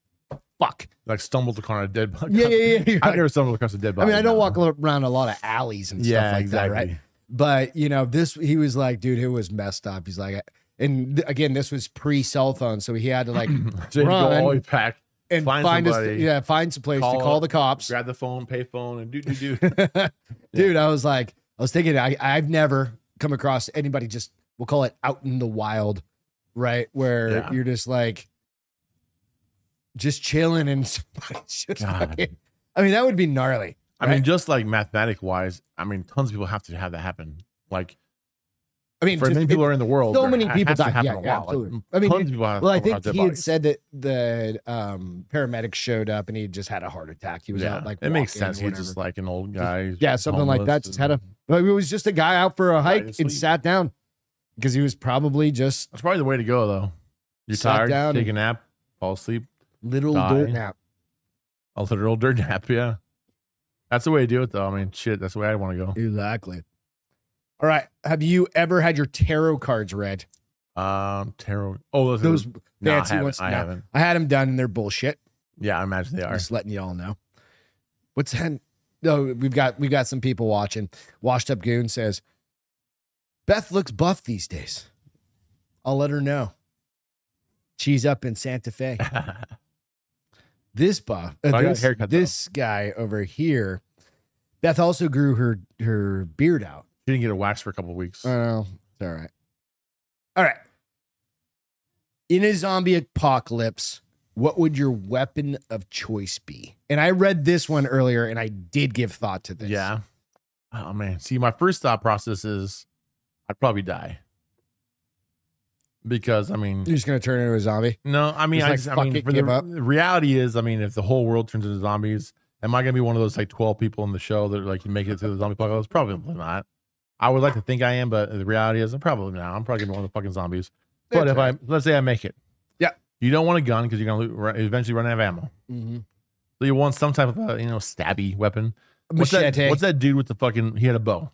fuck. Like stumbled upon a dead body. [laughs] Yeah, yeah, yeah. You're I've like- never stumbled across a dead I body. mean, I don't no. walk around a lot of alleys and yeah, stuff like exactly. that, right? But you know, this he was like, dude, it was messed up. He's like, and th- again, this was pre cell phone, so he had to [clears throat] like so you had to go Run. all the way back, and Find find, us, somebody. yeah, find some place Call to call up. the cops. [laughs] grab the phone, pay phone, and do do do. dude i was like i was thinking I, i've never come across anybody just we'll call it out in the wild right where Yeah. you're just like just chilling and [laughs] somebody's just God. fucking- i mean that would be gnarly I mean, just like mathematic wise, I mean, tons of people have to have that happen. Like i mean for as just- many people are in the world, so there many ha- people has to die. happen Yeah, a lot. yeah, Like, absolutely. I mean, tons of people have. well i come across think dead he had bodies. said that the um paramedic showed up and he just had a heart attack he was yeah, out like it makes walking or sense. He's just whatever. like an old guy. yeah something like that homeless just had a and- but it was just a guy out for a hike to and sleep. sat down because he was probably just That's probably the way to go, though. You're Sat tired, down take a nap, fall asleep, Little Die. dirt nap. a literal dirt nap. Yeah, that's the way to do it, though. I mean, shit, that's the way I want to go. Exactly. All right. Have you ever had your tarot cards read? Um, tarot. Oh, Those those. No, fancy I haven't. ones- I no. haven't. I had them done and they're bullshit. Yeah, I imagine they are. [laughs] Just letting y'all know. What's that? No, we've got we've got some people watching. Washed up goon says, Beth looks buff these days. I'll let her know. She's up in [laughs] Santa Fe. This buff, uh, I got a this, haircut, though. this guy over here. Beth also grew her her beard out. she didn't get a wax for a couple of weeks. Oh, no. it's all right. All right. In a zombie apocalypse, what would your weapon of choice be? And I read this one earlier and I did give thought to this. yeah. Oh man. See, my first thought process is, I'd probably die. Because I mean, You're just going to turn into a zombie? No, I mean, Just I like, just, I fuck mean, it, for the give up. the reality is, I mean, if the whole world turns into zombies, am I going to be one of those like twelve people in the show that like make it through the zombie apocalypse? Probably not. I would like to think I am, but the reality is, I'm probably not. I'm probably gonna be one of the fucking zombies. But if I let's say I make it, Yeah. you don't want a gun because you're gonna lo- ru- eventually run out of ammo. Mhm. So you want some type of a, you know stabby weapon. What's Machete. that, what's that dude with the fucking? He had a bow.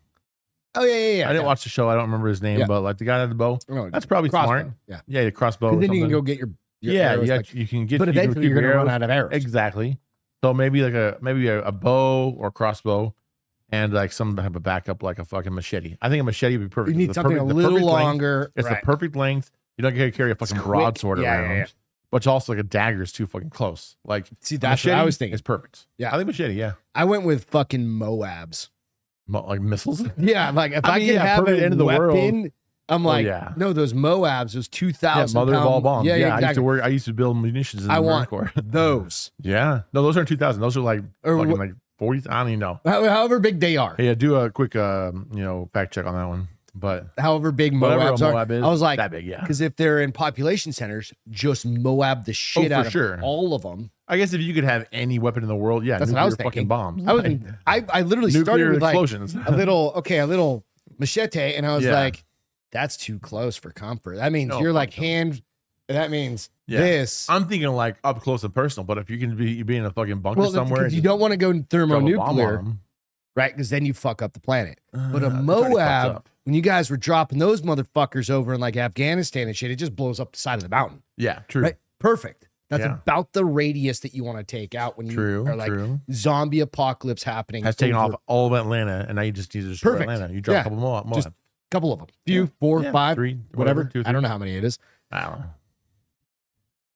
Oh, yeah, yeah, yeah. I didn't yeah. watch the show. I don't remember his name, Yeah. but like the guy that had the bow. No, That's probably crossbow. smart. Yeah. Yeah, the crossbow. 'Cause Or Then you can something. go get your. your yeah, arrows you, back. act- you can get. but you can eventually keep you're going your to run arrows. out of arrows. Exactly. So maybe like a maybe a, a bow or crossbow, and like some type of backup, like a fucking machete. I think a machete would be You perfect. need It's the something perfect- the a little perfect length. longer. It's right. the perfect length. You don't get to carry a fucking quick. broadsword Yeah, yeah, around, yeah. but also like a dagger is too fucking close. Like See, a that's what I machete was thinking. Is perfect. Yeah. I think machete. Yeah, I went with fucking Moabs. Mo- like missiles. [laughs] Yeah, like if I, I mean, could yeah, have perfect an end of the world. Oh, weapon, I'm like, yeah. no, those Moabs, those two Yeah, thousand mother of all bombs. Yeah, Yeah, yeah, I used to exactly. work. I used to build munitions in the I Marine want Corps. [laughs] Those yeah, no, those aren't two thousand. Those are like or fucking wh- like forty. I don't even know. how- however big they are, Yeah, do a quick, um, you know, fact check on that one. But however big whatever a Moabs are. Moab is, I was like, [laughs] that big, yeah. because if they're in population centers, just Moab the shit Oh, for out of sure. all of them. I guess if you could have any weapon in the world, yeah, That's what nuclear I was fucking thinking. bombs. I was, like, I, I literally started nuclear with like explosions. a little, okay, a little machete, and I was Yeah. like, that's too close for comfort. That means No, you're fuck like no. hand. That means [laughs] Yeah. this. I'm thinking like up close and personal, but if you can be you be in a fucking bunker well, somewhere, and because you just don't want to go drop a bomb thermonuclear. on right? Because then you fuck up the planet. 'em, But a uh, that's already fucked Moab- up. When you guys were dropping those motherfuckers over in like Afghanistan and shit, it just blows up the side of the mountain. yeah, true, Right? Perfect. That's Yeah. about the radius that you want to take out when you true, are like true. zombie apocalypse happening. Has taken over off all of Atlanta, and now you just need to destroy Perfect. Atlanta. You drop Yeah. a couple Moab, Moab. Just a couple of them. Few, four, Yeah, five, three, whatever. two, I three. don't know how many it is. I don't know.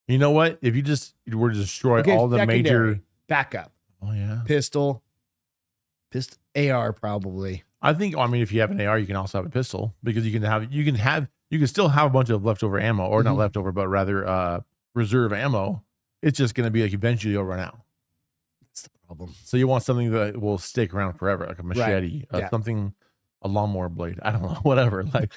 You know what? If you just were to destroy Okay, all the secondary. major, Backup. oh yeah, Pistol. Pistol AR probably. I think. I mean, if you have an AR, you can also have a pistol because you can have you can have you can still have a bunch of leftover ammo, or not Mhm. leftover, but rather uh, reserve ammo. It's just going to be like eventually you'll run out. That's the problem. So you want something that will stick around forever, like a machete, uh, Yeah. something a lawnmower blade. I don't know, [laughs] whatever. [laughs] Like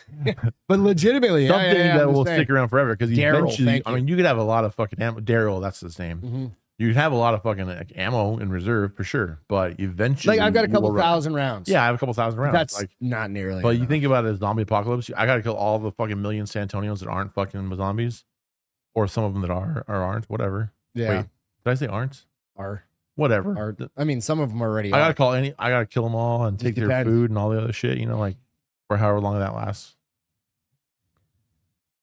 But legitimately, yeah, something yeah, yeah, that I'm will just stick around forever because Daryl, eventually, thank I you. mean, you could have a lot of fucking ammo. Daryl, that's his name. saying. Mhm. You'd have a lot of fucking like, ammo in reserve for sure, but eventually, Like I've got a you couple will run- thousand rounds. Yeah, I have a couple thousand rounds. that's like, not nearly. but you enough. think about it as zombie apocalypse. I got to kill all the fucking million Santonians that aren't fucking zombies, or some of them that are or aren't. Whatever. yeah, Wait, did I say aren't? are Whatever. are? Th- I mean, some of them already. I gotta Are. call any. I gotta kill them all and Just take their depends. food and all the other shit. You know, like for however long that lasts.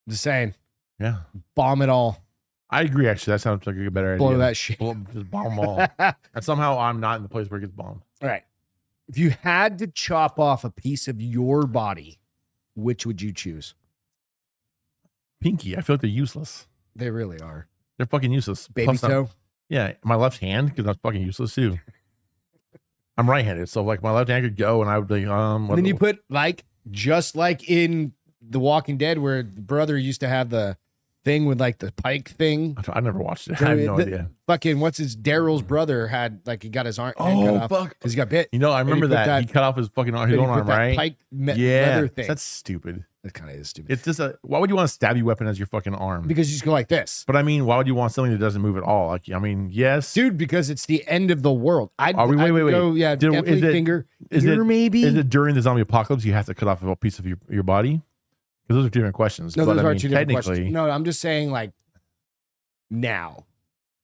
Just saying, Yeah, bomb it all, I agree. Actually, that sounds like a better blow idea. that [laughs] shit. [laughs] Blow- just bomb them all. all and somehow I'm not in the place where it gets bombed. right. If you had to chop off a piece of your body, which would you choose? Pinky, I feel like they're useless. They really are. They're fucking useless. Baby Plus, I'm- toe. Yeah, my left hand because that's fucking useless too. I'm right-handed, so like my left hand could go, and I would be um. And then you put like just like in The Walking Dead, where the brother used to have the thing with like the pike thing. I never watched it. [laughs] I have no The- idea. Fucking what's his Daryl's brother had like he got his arm head cut Oh off fuck! because he got bit. You know, I he remember put that. he that- cut off his fucking arm, Then his he own put arm, that right? Pike me- yeah, leather thing. that's stupid. that kind of is stupid. It's just a. Why would you want a stabby weapon as your fucking arm? because you just go like this, but I mean, why would you want something that doesn't move at all? Like, I mean, yes, dude. Because it's the end of the world. I Are we- wait, wait, wait. Go, yeah, Did- is definitely it- finger. is ear it maybe? is it during the zombie apocalypse you have to cut off a piece of your, your body? Because those are two different questions. no, but those I are mean, two different technically, questions. No, I'm just saying like now,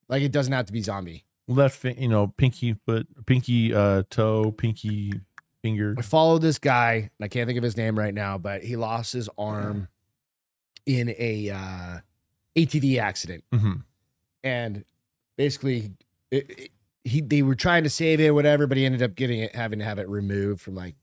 like it doesn't have to be zombie. left, fi- you know, pinky foot, pinky uh, toe, pinky finger. I followed this guy, and I can't think of his name right now, but he lost his arm in a uh, ATV accident, hmm and basically, it, it- he they were trying to save it, whatever, but he ended up getting it, having to have it removed from like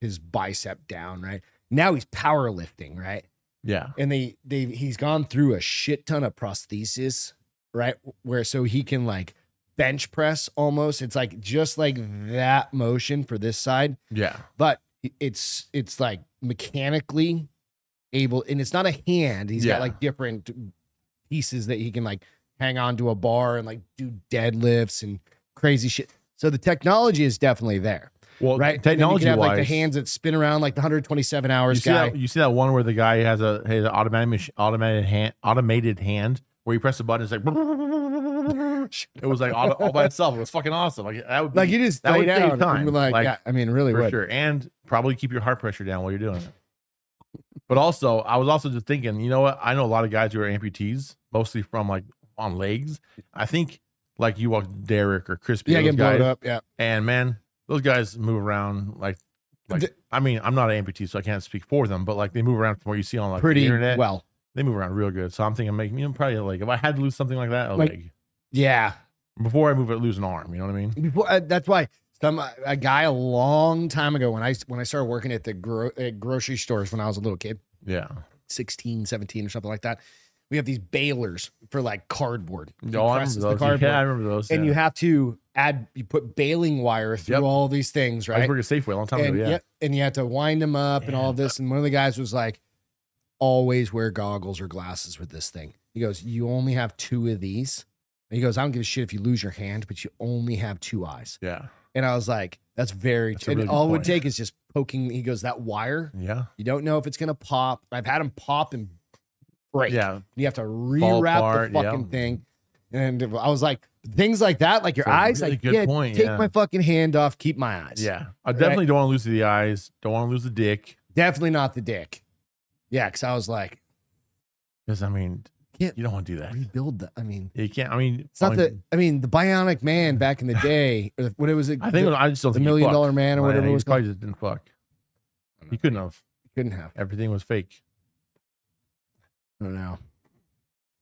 his bicep down. Right now, he's powerlifting, right, Yeah, and they they he's gone through a shit ton of prosthesis, right, where so he can like bench press almost. It's like just like that motion for this side yeah. but it's it's like mechanically able and it's not a hand He's Yeah. got like different pieces that he can like hang on to a bar and like do deadlifts and crazy shit so the technology is definitely there Well, right And then you technology can have wise, like the hands that spin around like the 127 you hours see, guy that, you see that one where the guy has a has an automatic mach- automated hand automated hand where you press the button, it's like [laughs] [laughs] it was like all, all by itself. It was fucking awesome. Like that would be like you just that lay would save down and time, be like, like, yeah, i mean it really for would sure, and probably keep your heart pressure down while you're doing it. But also, I was also just thinking, you know what? I know a lot of guys who are amputees, mostly from like on legs. I think like you walk Derek or Crispy, yeah those getting blown guys, up yeah and man, those guys move around like. Like, The- I mean, I'm not an amputee, so I can't speak for them. But like, they move around from what you see on like the pretty internet. well They move around real good. So I'm thinking, making you know, probably like if I had to lose something like that, a Like- leg yeah before I move it, lose an arm. You know what I mean? Before uh, that's why some a guy a long time ago when I when I started working at the gro- at grocery stores when I was a little kid, Yeah. 16, 17 or something like that. We have these balers for like cardboard. He Oh, I remember presses those. the cardboard. Yeah, I remember those. And yeah. you have to add you put baling wire through Yep. all these things, I right? used to work at Safeway a long time And ago. Yeah. yep, and you had to wind them up and all of this. And one of the guys was like, always wear goggles or glasses with this thing. He goes, You only have two of these. And he goes, I don't give a shit if you lose your hand, but you only have two eyes. Yeah. And I was like, that's very That's a true. really good all it would point. take is just poking. He goes, that wire, Yeah. you don't know if it's going to pop. I've had him pop and break. Yeah. You have to rewrap apart, the fucking yeah. thing. And I was like, things like that, like your It's a eyes, really like, good yeah, point, take yeah. my fucking hand off, keep my eyes. Yeah. I definitely don't want to lose the eyes. Don't want to lose the dick. Definitely not the dick. Yeah. Cause I was like, Because I mean, Can't you don't want to do that. [laughs] rebuild the, I mean, You can't. I mean, it's not I the, mean, I mean, the bionic man [laughs] back in the day, or the, what it was, it, I think the, I just don't the think he million fucked. dollar man or Like, whatever it He was called. probably just didn't fuck. I don't He know. couldn't have. Couldn't have. Everything was fake. I don't know.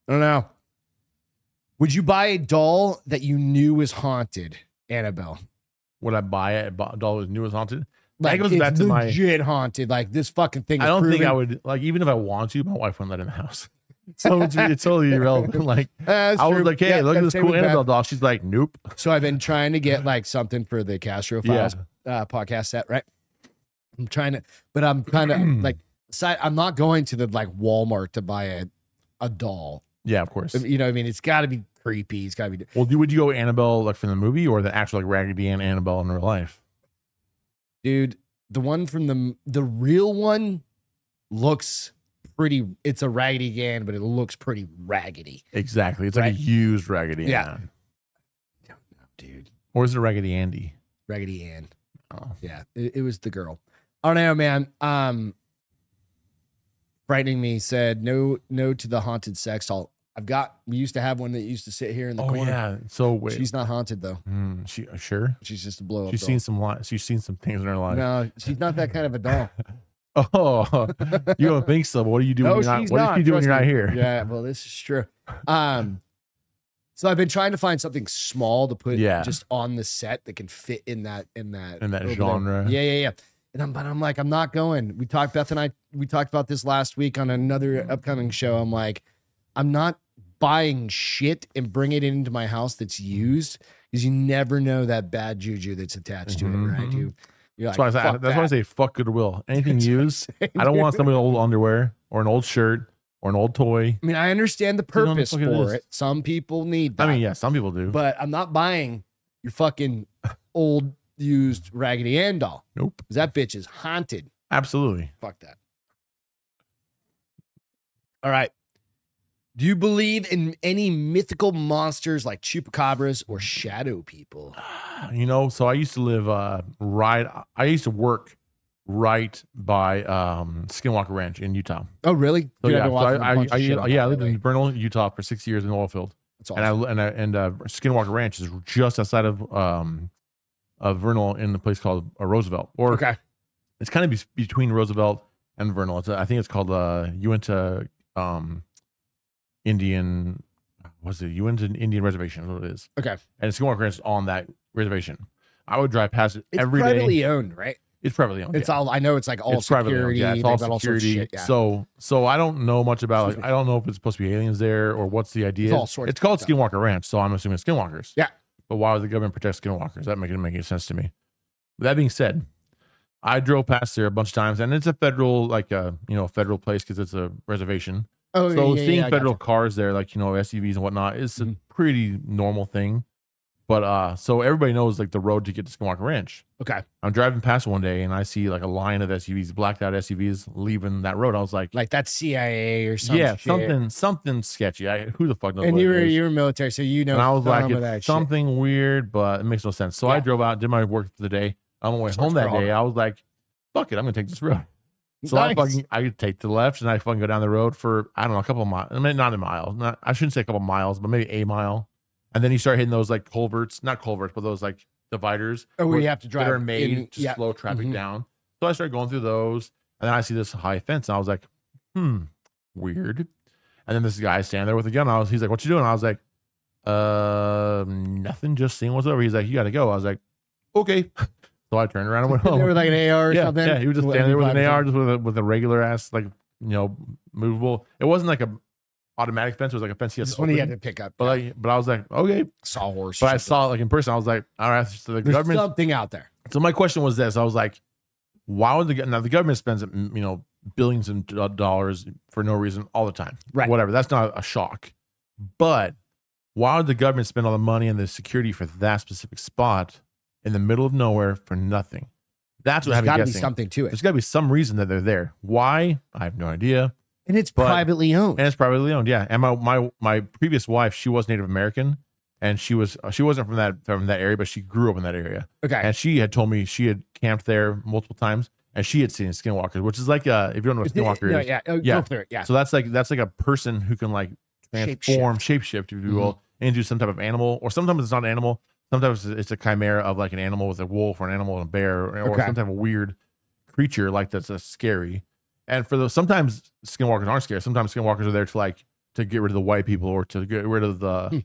I don't know. Would you buy a doll that you knew was haunted, Annabelle? Would I buy it? Bought a doll that was new as haunted. Like goes it's back to my- legit haunted. Like this fucking thing. I is don't think I proven- would like even if I want to, my wife wouldn't let in the house. [laughs] So it's, it's [laughs] totally irrelevant. [laughs] Like Uh, that's I was true. like, hey, Yeah, look at I'm this same cool with that. Annabelle doll. She's like, nope. So I've been trying to get like something for the Castro Yeah. Files uh, podcast set, right? I'm trying to, but I'm kind of like, si- I'm not going to the like Walmart to buy a a doll. Yeah, of course. You know, what I mean, it's got to be creepy. It's got to be. Well, do, would you go Annabelle like from the movie or the actual like Raggedy Ann Annabelle in real life? dude the one from the the real one looks pretty. It's a raggedy Gan, but it looks pretty raggedy. Exactly. It's Right. like a used Raggedy Ann. Yeah. No, no, dude, Or is it Raggedy Andy? Raggedy Ann. Oh. Yeah, it, it was the girl. I don't know, man. Um, frightening me said no, no to the haunted sex doll. I've got. We used to have one that used to sit here in the Oh corner. yeah. So wait. She's not haunted though. Hmm, she uh, sure. She's just a blow up. She's seen some li- she's seen some things in her life. No, she's not that kind of a doll. [laughs] Oh, you don't think so? But what do you do? No, when you're she's not, What do you do when trust you're not here? me. Yeah, well, this is true. Um, so I've been trying to find something small to put Yeah. just on the set that can fit in that in that In that over there. genre. Yeah, yeah, yeah. And I'm but I'm like, I'm not going. We talked Beth and I we talked about this last week on another upcoming show. I'm like, I'm not buying shit and bring it into my house that's used because you never know that bad juju that's attached to it, right? Mhm. You, you're That's like, why I say, "Fuck that's why I that." say fuck goodwill. [laughs] Anything used, I don't dude. want somebody with old underwear or an old shirt or an old toy. I mean, I understand the on the purpose fucking for list. it. Some people need that. I mean, yeah, some people do. Mm-hmm. but I'm not buying your fucking old used Raggedy Ann doll. nope, 'cause that bitch is haunted. absolutely. [sighs] Fuck that. All right. Do you believe in any mythical monsters like chupacabras or shadow people? You know, so I used to live uh, right. I used to work right by um, Skinwalker Ranch in Utah. Oh, really? So Dude, yeah, I've been so watching I, a I, bunch I, of shit on yeah, I that lived in lately. Bernal, Utah, for six years in the oil field, That's awesome. and I and I, and uh, Skinwalker Ranch is just outside of um, of Vernal in the place called uh, Roosevelt, or okay. it's kind of be- between Roosevelt and Vernal. It's, uh, I think it's called uh, Uinta um, Indian. What's it? Uinta Indian Reservation is what it is. Okay. And Skinwalker Ranch is on that reservation. I would drive past it It's every day. privately owned, right? It's privately owned. It's yeah. all I know. It's like all it's privately owned. security. Yeah, it's all they've got sorts of security. shit, yeah. So, so I don't know much about. Excuse Like, I don't know if it's supposed to be aliens there or what's the idea. It's all sorts It's of called fucked up. Skinwalker Ranch, so I'm assuming it's Skinwalkers. Yeah. But why would the government protect Skinwalkers? That didn't make any sense to me. With that being said, I drove past there a bunch of times, and it's a federal, like a you know, a federal place because it's a reservation. oh, so yeah, yeah, seeing yeah, I federal gotcha. cars there, like you know, SUVs and whatnot, is Mhm. a pretty normal thing. But uh, so everybody knows like the road to get to Skinwalker Ranch. Okay. I'm driving past one day and I see like a line of SUVs, blacked out SUVs leaving that road. I was like, Like that's CIA or something. yeah, something, something sketchy. I, who the fuck knows? and what you it were is? you were military, so you know. and I was some like, of it's that shit. something weird, but it makes no sense. So I Yeah. drove out, did my work for the day. On my way Starts home that crawling. day, I was like, fuck it, I'm gonna take this road. So I Nice. fucking I take the left and I fucking go down the road for I don't know a couple of miles. I mean, not a mile. Not I shouldn't say a couple of miles, but maybe a mile. And then you start hitting those like culverts, not culverts, but those like dividers Oh, where- we have to drive. that are made in- to yeah. slow traffic Mhm. down. So I started going through those, and then I see this high fence, and I was like, "Hmm, weird." And then this guy standing there with a gun. I was, he's like, "What you doing?" I was like, "Uh, nothing. Just seeing what's over." He's like, "You got to go." I was like, "Okay." [laughs] So I turned around and went [laughs] They home. were like an AR or yeah, something. yeah, he was just Whatever standing there with an drive AR, is just with a, with a regular ass like you know movable. It wasn't like a automatic fence. It was like a fence he on. had. Just to when he had open. to pick up but like, but I was like, okay. sawhorse. But I saw it like in person. I was like, all right. So the there's government something out there. so my question was this: I was like, why would the go- now the government spends mm, you know billions and do- dollars for no reason all the time? Right. Whatever. That's not a shock, but why would the government spend all the money and the security for that specific spot in the middle of nowhere for nothing? That's what There's had me got to be guessing. something to it, There's got to be some reason that they're there. Why? I have no idea. and it's but- privately owned. And it's privately owned. Yeah. And my my my previous wife, she was Native American, and she was she wasn't from that from that area, but she grew up in that area Okay, and she had told me she had camped there multiple times and she had seen skinwalkers which is like uh if you don't know what skinwalker No, is yeah, oh, Yeah. go through it. Yeah, so that's like that's like a person who can like Shapeshift. Mm-hmm. transform shapeshift, if you will into some type of animal or sometimes it's not an animal sometimes it's a chimera of like an animal with a wolf or an animal and a bear or, or Okay. some type of weird creature like that's uh, scary and for those sometimes skinwalkers aren't scary sometimes skinwalkers are there to like to get rid of the white people or to get rid of the Hmm.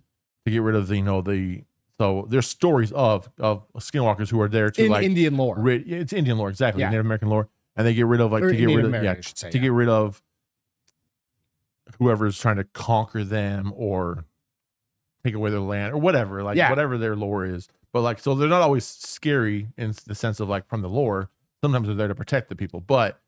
to get rid of the you know the so there's stories of of skinwalkers who are there to in like Indian lore, rid, it's Indian lore, exactly Yeah. Native American lore, and they get rid of like or to get Indian rid of American, yeah, I should say. to yeah. get rid of whoever's trying to conquer them or take away their land or whatever, like Yeah. whatever their lore is. But like, so they're not always scary in the sense of like from the lore. Sometimes they're there to protect the people, but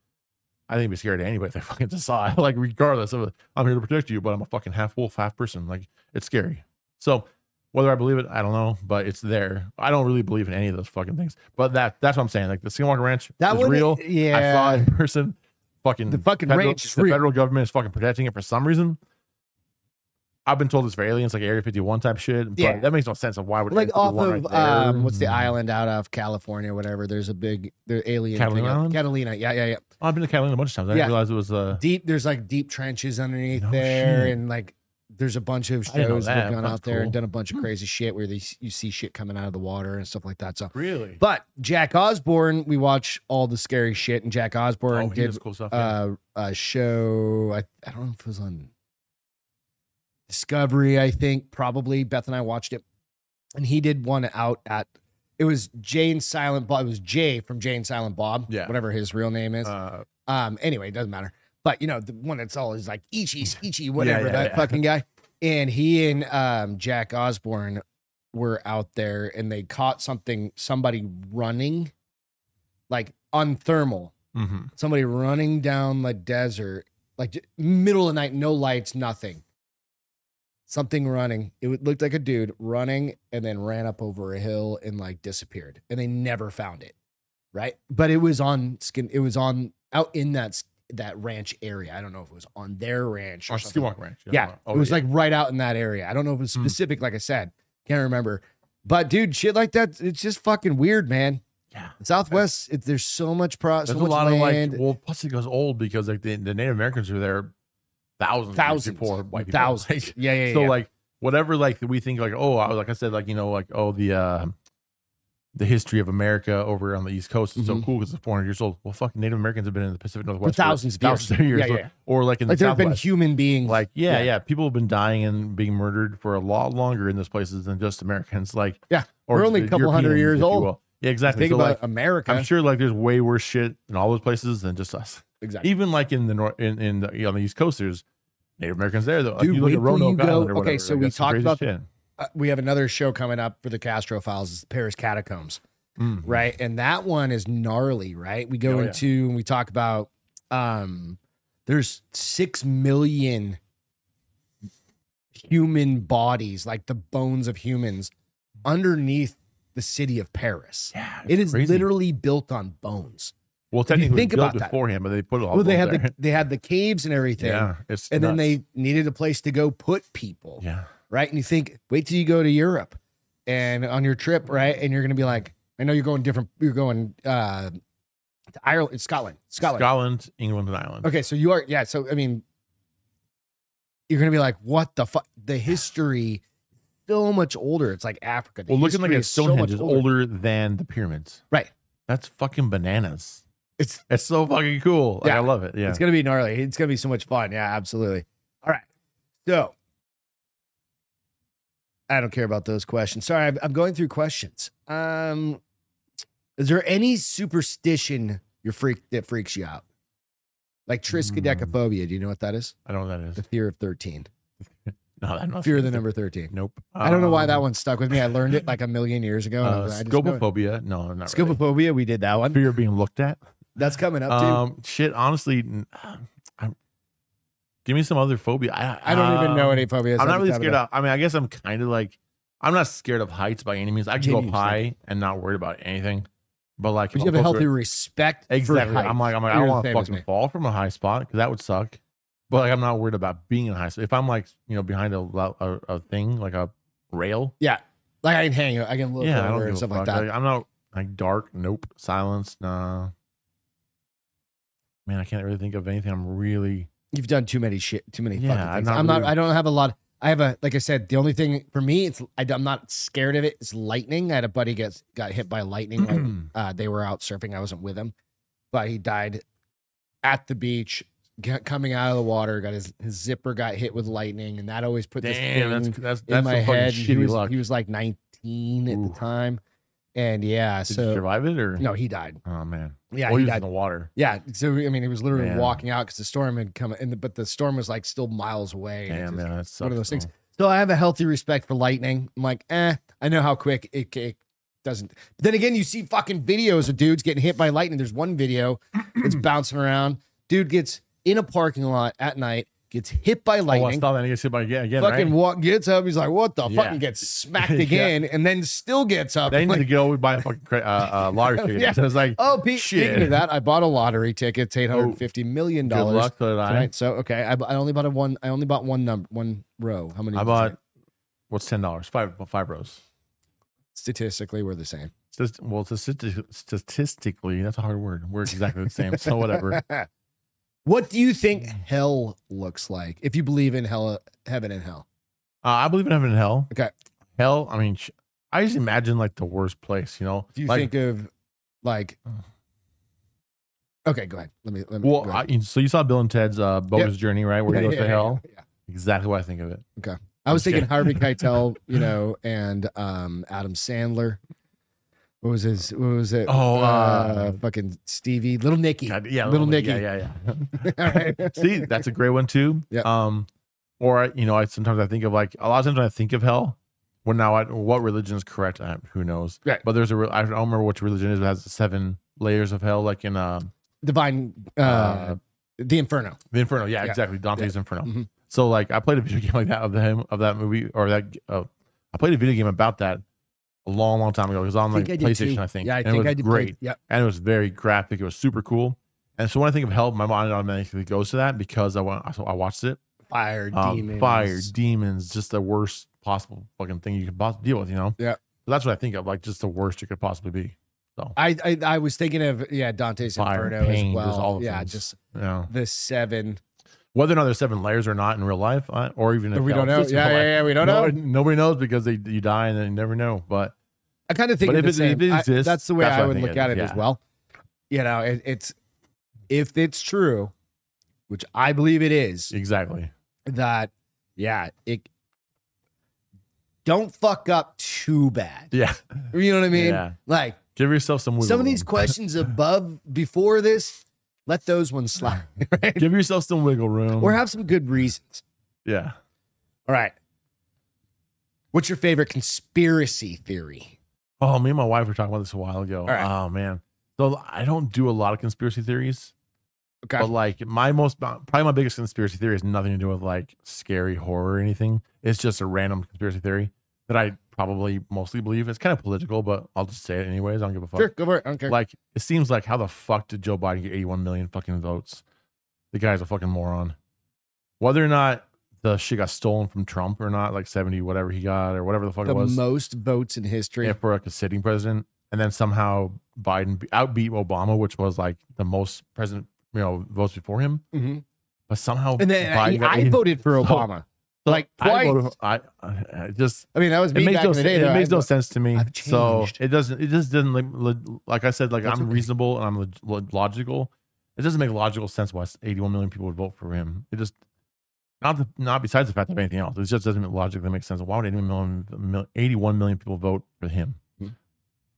I think it'd be scary to anybody if they [laughs] fucking just saw it. Like, regardless of, I'm here to protect you, but I'm a fucking half wolf, half person. Like, it's scary. So Whether I believe it, I don't know, but it's there. I don't really believe in any of those fucking things. But that that's what I'm saying. Like the Skinwalker Ranch That is one, real. Yeah. I saw it in person. Fucking The fucking federal, ranch is the real. federal government is fucking protecting it for some reason. I've been told it's for aliens, like Area 51 type shit. But Yeah. that makes no sense. Of why would like Area off 51 of right there? Mm. um, what's the island out of California, whatever. There's a big there alien Catalina thing out- Island? Catalina, yeah, yeah, yeah. I've been to Catalina a bunch of times. I Yeah. didn't realize it was. Uh, Deep. There's like deep trenches underneath No there, shit. and like there's a bunch of I didn't know shows that. that have gone That's out there and cool. done a bunch of Hmm. crazy shit where they you see shit coming out of the water and stuff like that. So, really? but Jack Osborne, we watch all the scary shit, and Jack Osborne Oh, he did does cool stuff. yeah. uh, a show. I, I don't know if it was on Discovery, I think, probably. Beth and I watched it. And he did one out at, it was Jane Silent Bob. It was Jay from Jane Silent Bob, Yeah. whatever his real name is. Uh, um, anyway, it doesn't matter. But, you know, the one that's always like Ichi, Ichi, whatever, yeah, that yeah. fucking guy. And he and um, Jack Osborne were out there and they caught something, somebody running, like on thermal mhm. somebody running down the desert, like j- middle of the night, no lights, nothing. Something running. It would- looked like a dude running and then ran up over a hill and like disappeared, and they never found it. Right, but it was on skin. It was on out in that s- that ranch area. I don't know if it was on their ranch or On something. Skinwalker Ranch. Yeah, Oh, it was like right out in that area. I don't know if it was Hmm. specific. Like I said, can't remember. But dude, shit like that, it's just fucking weird, man. Yeah. Southwest, it, there's so much pro. there's so a much lot land. of like. Well, plus it goes old because like the, the Native Americans were there thousands, of years thousands, before white people. [laughs] thousands. Like, yeah, yeah, yeah. so like whatever like we think like oh I was like I said like you know like oh the uh the history of America over on the East Coast is Mhm. so cool because it's 400 years old. Well, fucking Native Americans have been in the Pacific for Northwest thousands of years. thousands of years, Yeah, yeah. or like in Like the there have been Southwest. human beings. like yeah, Yeah. yeah, people have been dying and being murdered for a lot longer in those places than just Americans. Like Yeah. or We're only a the couple hundred Europeans, years if you old. will. Yeah, exactly. think so about like America. I'm sure like there's way worse shit in all those places than just us. exactly. Even like in the north, in, in the, you know, on the East Coast, there's Native Americans there though. Like, Dude, you look wait at till you Roanoke go- Island or okay, whatever. so like, we that's some talked crazy about- shit. Uh, we have another show coming up for the Castro Files, is the Paris Catacombs, Mm. right? And that one is gnarly, right? We go Oh, yeah. into and we talk about um there's six million human bodies, like the bones of humans, underneath the city of Paris. Yeah, It is crazy. literally built on bones. well technically think think built about that- beforehand, but they put it all. well, they built had there. the they had the caves and [laughs] everything. yeah, it's and then nuts. they needed a place to go put people yeah right and you think wait till you go to europe and on your trip right and you're gonna be like i know you're going different you're going uh to ireland scotland scotland, Scotland, England, and Ireland. okay so you are yeah so i mean you're gonna be like what the fuck the history so much older it's like africa The Well, looking like history at is so Stonehenge much is older than the pyramids. Right. That's fucking bananas. It's- it's so fucking cool. Like, Yeah. I love it. Yeah. It's gonna be gnarly. It's gonna be so much fun. Yeah, absolutely. All right. So I don't care about those questions. Sorry, I'm, I'm going through questions. Um, is there any superstition you're freak that freaks you out? Like triskaidekaphobia. Hmm. Do you know what that is? I don't know what The that is. fear of thirteen. No, I don't know. Fear of the number thirteen. Nope. I don't know why that Um, one stuck with me. I learned it like a million years ago. and I Uh, was like, I just know it. scopophobia. No, not really. Scopophobia. We did that one. fear of being looked at. That's coming up too. Um, shit. Honestly, n- [sighs] I'm, give me some other phobia. I, I don't even know um, any phobias. I'm I not haven't really thought scared about of. I mean, I guess I'm kind of like I'm not scared of heights by any means. I can go Jamie's up like- high and not worried about anything. But like, it. if But you have a I'm close to healthy it- respect. for exactly. height. I'm like, I'm like, I don't You're the want to same as me. fucking fall from a high spot because that would suck. But like, I'm not worried about being in a high spot. If I'm like, you know, behind a lo- a, a thing like a rail, Yeah. Like I can hang, I can look yeah, I don't over give and a stuff fuck. like that. Like, I'm not like dark. Nope. Silence. Nah. Man, I can't really think of anything. I'm really You've done too many shit, too many Yeah, fucking I'm things. not I'm not, really- I don't have a lot. I have a, like I said, the only thing for me, it's, I, am not scared of it. It's lightning. I had a buddy gets got hit by lightning. [clears throat] [clears throat] like, uh, they were out surfing. I wasn't with him, but he died at the beach g- coming out of the water. Got his, his zipper got hit with lightning. And that always put this damn. thing That's that's in that's my some fucking head. He shitty was, luck. he was like 19 at Ooh. the time. And yeah, Did you so survive it or no, he died. Oh man. Yeah, well, he, he was died. in the water. Yeah, so I mean, he was literally Man. walking out because the storm had come, and the, but the storm was like still miles away. and it Damn, just- man, that sucks. Oh, one of those things. though. So I have a healthy respect for lightning. I'm like, eh, I know how quick it, it doesn't. But then again, you see fucking videos of dudes getting hit [clears throat] by lightning. There's one video, it's bouncing around. Dude gets in a parking lot at night, gets hit by Oh, I lightning. saw that. And he gets hit by again. again fucking right? walk gets up. He's like, what the Yeah. fuck? [laughs] And gets smacked Yeah. again, and then still gets up. They need Like, to go buy a fucking cra- uh, uh, lottery ticket. [laughs] Yeah. So it's like, oh, Pete, speaking Shit. Oh, of that, I bought a lottery ticket. It's eight hundred fifty million good dollars luck to that. tonight. So okay, I, I only bought a one. I only bought one number, one row. How many? I is bought it? what's ten dollars? Five five rows. Statistically, we're the same. Just- Well, statistic- statistically, that's a hard word. We're exactly the same. So whatever. [laughs] what do you think hell looks like? If you believe in hell, heaven and hell. Uh, I believe in heaven and hell. Okay. Hell. I mean, sh- I just imagine like the worst place. You know. Do you like, think of like? Okay, go ahead. Let me. Let me. Well, go I, ahead. you- so you saw Bill and Ted's uh, bogus journey, right? Where he Yeah, goes yeah, to yeah, hell. yeah. Exactly what I think of it. I was I'm thinking scared. [laughs] Harvey Keitel, you know, and um, Adam Sandler. What was his? What was it? Oh, uh, uh, fucking Stevie, Little Nicky. God, yeah, Little Nicky. Nicky. Yeah, yeah, yeah. [laughs] All right. See, that's a great one [laughs] too. Yeah. Um, or you know, I sometimes I think of like a lot of times when I think of hell, when now I, what religion is correct, I, who knows? Right. But there's a re- I don't remember which religion it is. But it has the seven layers of hell, like in uh, Divine, uh, Uh, the Inferno. the Inferno. Yeah, Yeah. exactly. Dante's Inferno. Mhm. So like, I played a video [laughs] game like that of him of that movie or that. Uh, I played a video game about that a long, long time ago. It was on I like think I did PlayStation, too. I think. Yeah, I and think it was I did. too. great Yeah, and it was very graphic. It was super cool. And so when I think of hell, my mind automatically goes to that because I went, I I watched it. fire um, demons. fire, demons, just the worst possible fucking thing you could possibly deal with, you know? Yeah. But that's what I think of, like just the worst you could possibly be. So, I, I I was thinking of yeah Dante's Fire, Inferno pain, as just well. all the yeah, things. just you know, the seven. whether or not there's seven layers or not in real life, uh, or even if we hell don't know. exists in Yeah, real yeah, life. yeah, we don't No- know. Nobody knows because they you die and then you never know. But I kind of think But of if it- the same. if it I- exists, that's the way that's what I I would think look it at it is, as yeah. well. You know, it, it's if it's true, which I believe it is, exactly. that yeah, it don't fuck up too bad. Yeah. You know what I mean? Yeah. Like Give yourself some wiggle some of room. these questions above before this, let those ones slide, [laughs] right? Give yourself some wiggle room. Or have some good reasons. yeah. All right. What's your favorite conspiracy theory? Oh, me and my wife were talking about this a while ago. right. Oh man. So I don't do a lot of conspiracy theories, Okay. but like my most probably my biggest conspiracy theory is nothing to do with like scary horror or anything. It's just a random conspiracy theory that I probably mostly believe. It's kind of political, but I'll just say it anyways. I don't give a fuck. sure, go for it. I don't care. Like it seems like how the fuck did Joe Biden get 81 million fucking votes? The guy's a fucking moron. Whether or not the shit got stolen from Trump or not, like 70 whatever he got or whatever the fuck the it was most votes in history. yeah, for like a sitting president, and then somehow Biden be- outbeat Obama, which was like the most president, you know, votes before him. Mhm. But somehow, And then Biden got I, I eighty- voted for [laughs] So- Obama. So like, I, twice. voted- I, I- I just I mean, that was it me makes back no in the day. sen- though. it makes I- no sense to me. I've so changed. it doesn't. It just doesn't like lo- like I said. Like That's I'm okay. reasonable and I'm log- log- logical. It doesn't make logical sense why 81 million people would vote for him. It just not the, not besides the fact of anything else. It just doesn't logically make sense. Why would 81 million, mil- 81 million people vote for him? Hmm.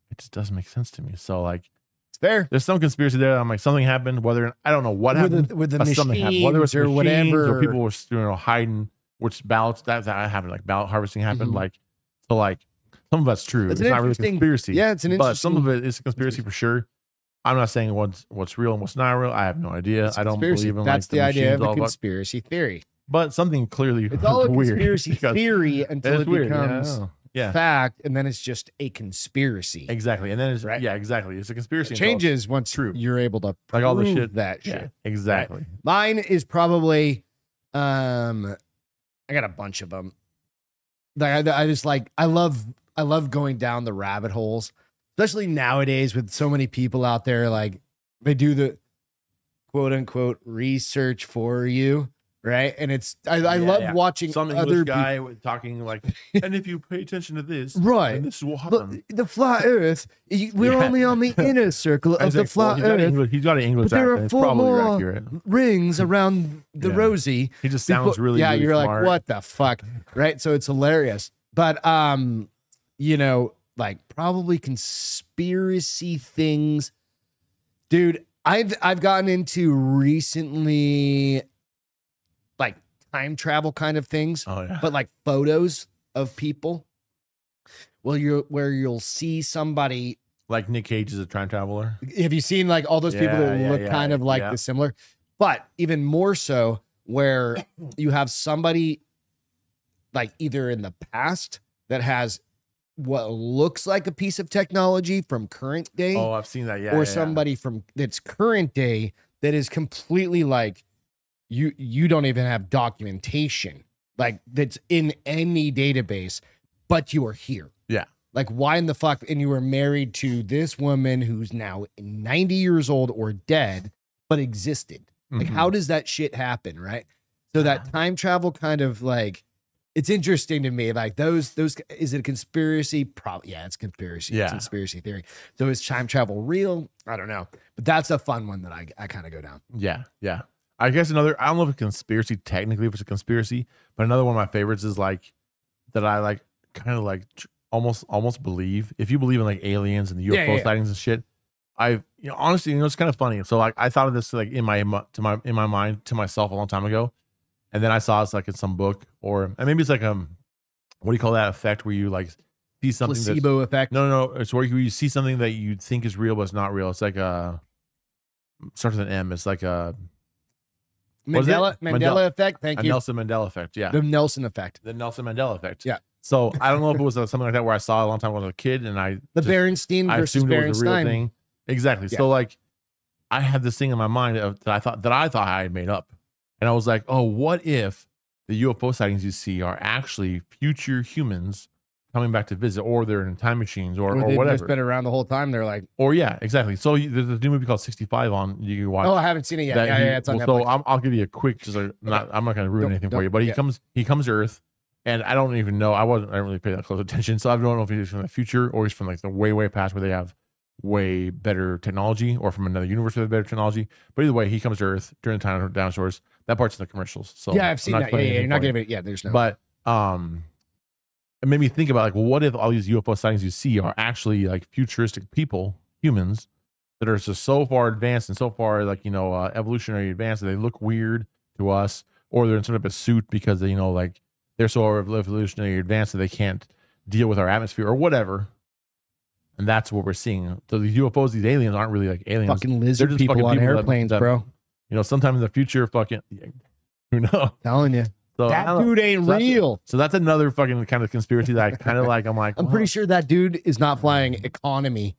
It just doesn't make sense to me. So like, It's fair. there's some conspiracy there. I'm like something happened. Whether I don't know what with happened, the, with the but machines something happened. Whether it's or whatever. or people were you know hiding which ballots that that happened, like ballot harvesting happened, Mhm. like so like some of that's true. That's it's an not really interesting- conspiracy. yeah, it's an interesting. but some of it is a conspiracy for sure. I'm not saying what's what's real and what's not real. I have no idea. it's a I don't conspiracy. believe in That's like the, idea of machines, a all that, conspiracy theory. but something clearly It's all [laughs] a weird conspiracy because theory until it's it weird. yeah, Oh. I becomes know. Yeah, fact, and then it's just a conspiracy. exactly. And then it's Right. yeah, exactly. It's a conspiracy. It until it's- changes once True. you're able to prove Like all the shit- that [laughs] shit. Yeah, exactly. Mine is probably, um, I got a bunch of them. Like I, I just like I love I love going down the rabbit holes, especially nowadays with so many people out there. Like they do the quote unquote research for you, right? And it's I, I Yeah, love yeah. watching Some other English guy talking [laughs] like, and if you pay attention to this, people, right? then this will happen. But the flat Earth, you- we're Yeah. [laughs] only on the inner circle I of the think, well, flat he's got an Earth. English, he's got an English But there are accent. It's four probably more- accurate. [laughs] Rings around the Yeah. rosy, He just Befo- sounds really yeah really you're smart. like what the fuck right so it's hilarious but um you know like probably conspiracy things dude i've i've gotten into recently like time travel kind of things Oh yeah. but like photos of people well you where you'll see somebody like Nick Cage is a time traveler. have you seen like all those people Yeah, that yeah, look yeah, kind of like yeah. the similar but even more so where you have somebody like either in the past that has what looks like a piece of technology from current day Oh, I've seen that. Yeah. or yeah, yeah. somebody from that's current day that is completely like you you don't even have documentation like that's in any database but you are here Yeah. like why in the fuck and you were married to this woman who's now 90 years old or dead but existed like Mhm. how does that shit happen right so that time travel kind of like it's interesting to me like those those is it a conspiracy probably yeah it's conspiracy Yeah. it's conspiracy theory so is time travel real i don't know but that's a fun one that i, I kind of go down Yeah, yeah. I guess another. I don't know if it's a conspiracy technically if it's a conspiracy, but another one of my favorites is like that. I like kind of like tr- almost almost believe if you believe in like aliens and the UFO Yeah, yeah, yeah. sightings and shit. I you know honestly you know it's kind of funny. So like I thought of this like in my mu- to my in my mind to myself a long time ago, and then I saw it's like in some book or and maybe it's like um what do you call that effect where you like see something that's- placebo effect no, no, no. It's where you you see something that you think is real, but it's not real. It's like a starts with an M. It's like a, was it? mandela mandela Mandela- effect thank a you Nelson Mandela effect. Yeah, the nelson effect the Nelson Mandela effect. Yeah. So I don't know if it was uh, something like that where I saw it a long time ago as a kid, and I the just- berenstein I versus assumed it was a real berenstein thing. Exactly. Yeah. So like, I had this thing in my mind of, that I thought that I thought I had made up, and I was like, oh, what if the UFO sightings you see are actually future humans coming back to visit, or they're in time machines, or or or, they've whatever, just been around the whole time they're like or yeah, exactly. So you, there's a new movie called 65 on you can watch oh i haven't seen it yet that yeah, he- yeah, yeah, it's on well, netflix so I'm, I'll give you a quick, just like not, I'm not going to ruin Don't- anything don't- for you, but he yeah. comes, he comes to Earth, and I don't even know. I wasn't, I didn't really pay that close attention, so I don't know if he's from the future or he's from like the way, way past where they have way better technology, or from another universe with better technology. But either way, he comes to Earth during the time of dinosaurs. That part's in the commercials. So yeah I'm i've seen not that yeah, spoiling yeah, you're anything not for you. gonna be yeah there's no But um, it made me think about like, well, what if all these UFO sightings you see are actually like futuristic people, humans, that are just so far advanced and so far like you know uh, evolutionary advanced that they look weird to us, or they're in some type of suit because they, you know like they're so evolutionary advanced that they can't deal with our atmosphere or whatever. And that's what we're seeing. So these UFOs, these aliens aren't really like aliens. fucking lizard just people fucking on people that- airplanes that- bro you know, sometime in the future, fucking, who knows? telling you So I that don't know. dude ain't So that's- real. So that's another fucking kind of conspiracy that I kind [laughs] of like. I'm like, I'm wow. pretty sure that dude is not flying economy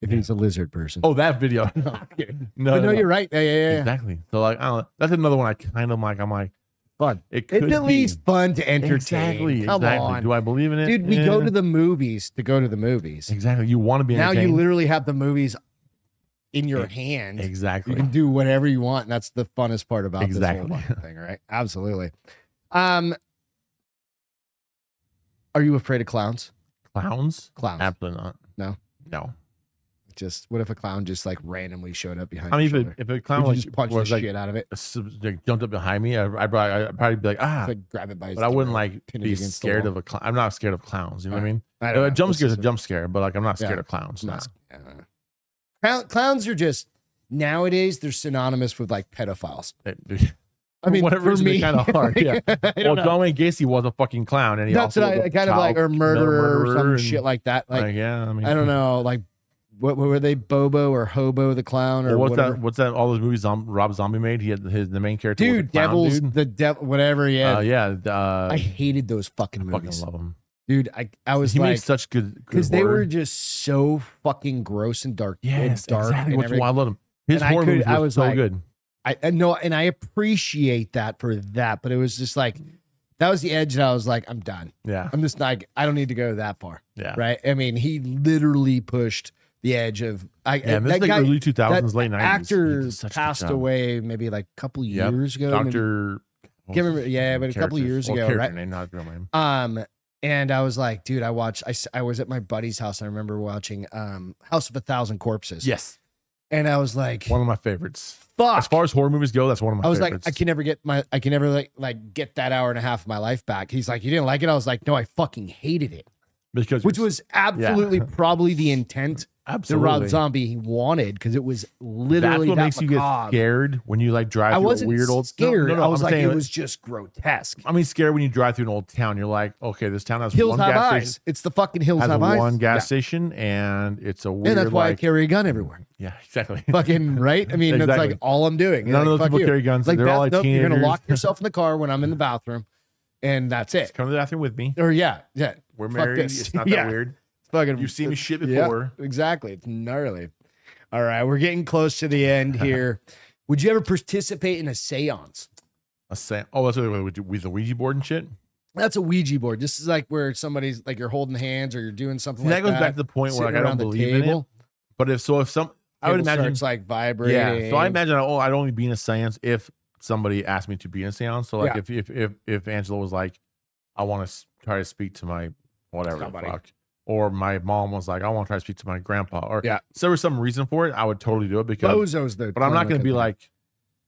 if Yeah. he's a lizard person. Oh, that video. [laughs] no, no, [laughs] I'm kidding. no, but no, no. you're right. Yeah, yeah, yeah. yeah. exactly. So like, I don't know. That's another one I kind of like. I'm like, Fun. it could It's at be. least fun to entertain. exactly. Come exactly. on, Do I believe in it? dude. We go Eh. to the movies to go to the movies. exactly. You want to be Now you entertained. literally have the movies in your Ex- hand. exactly. You can do whatever you want. And that's the funnest part about this Exactly. whole fucking thing, right? Absolutely. Um, are you afraid of clowns? Clowns? Clowns. Absolutely not. No. No. just what if a clown just like randomly showed up behind? I mean, your if shoulder? a, if a Would clown you like, just punch the was, like, shit out of it? sub- like, jumped up behind me, I, I'd, probably, I'd probably be like, ah. Just, like grab it by. its but I wouldn't throat, like pin it be against the scared wall. of a clown. I'm not scared of clowns. You know what I mean? I don't A know. jump This scare is a is jump scare, but like I'm not Yeah. scared of clowns. not Nah. sc- I don't know. Clown, clowns are just nowadays they're synonymous with like pedophiles. [laughs] It- I mean, whatever for reason, me, they kinda are, like, yeah. [laughs] I well, don't know. John Wayne Gacy was a fucking clown, and he That's also what was I a I kind of like, child or murderer, or some murderer shit and- like that. Like, yeah, I mean, I don't know, like what, what were they, Bobo or Hobo the clown [laughs] or Well, what's whatever? that? What's that? All those movies Zom- Rob Zombie made. He had his the main character, was a Dude, clown devils, dude. the devil, whatever. Yeah, Uh, yeah, the, uh, I hated those fucking fucking movies, love him. dude. I I was He like, made such good because they were were just so fucking gross and dark, yes, and dark. exactly. and Which everything. why I love him. His And I horror could- movies I were was so like- good. I, I no, and I appreciate that for that, but it was just like that was the edge that I was like, I'm done. Yeah, I'm just like, I don't need to go that far, yeah, right? I mean, he literally pushed the edge of I. yeah. and this that is like guy, early two thousands, late nineties. actor passed away maybe like a couple Yep. years ago. maybe- Doctor. Can't remember- yeah, but a couple years ago, right? Name, not his real name. Um, and I was like, dude, I watched. I, s- I was at my buddy's house. And I remember watching um House of a Thousand Corpses. Yes, and I was like, one of my favorites. fuck. As far as horror movies go, that's one of my. I was favorites. like, I can never get my, I can never like, like get that hour and a half of my life back. He's like, you didn't like it. I was like, no, I fucking hated it, because [laughs] which was absolutely probably the intent the Absolutely. Rob Zombie he wanted because it was That's literally what that makes you get macabre. scared when you like drive I through wasn't a weird old No, scared. No, no, I was I'm like, saying, it was just grotesque. I mean, scared when you drive through an old town. You're like, okay, this town has Hills one have gas eyes. station, It's the fucking hills has have eyes. one gas Yeah. station, and it's a weird. and that's why I like- carry a [laughs] gun everywhere. Yeah, exactly. Fucking right. I mean, that's Exactly. like all I'm doing. None of Like, those fuck people you. carry guns. Like, They're bath- all like nope, teenagers. you're gonna lock yourself in the car when I'm in the bathroom, and that's Just it. come to the bathroom with me. Or yeah, yeah. We're Fuck married. this. It's not that Yeah. weird. It's Fucking, You've seen me shit Yeah. before. Exactly. It's gnarly. All right, we're getting close to the [laughs] end here. Would you ever participate in a séance? A sa- oh, that's what we do with the Ouija board and shit. That's a Ouija board. This is like where somebody's like you're holding hands or you're doing something. And that like goes that. back to the point where like, sitting I don't around the believe in it. table. But if so, if some, I would Table imagine. starts, like vibrating. Yeah. So I imagine, oh, I'd only be in a seance if somebody asked me to be in a seance. So like Yeah. if, if if if Angela was like, I want to try to speak to my whatever the Somebody. fuck, or my mom was like, I want to try to speak to my grandpa, or Yeah. so there was some reason for it, I would totally do it because. bozos the. but I'm not term going to at be that. like,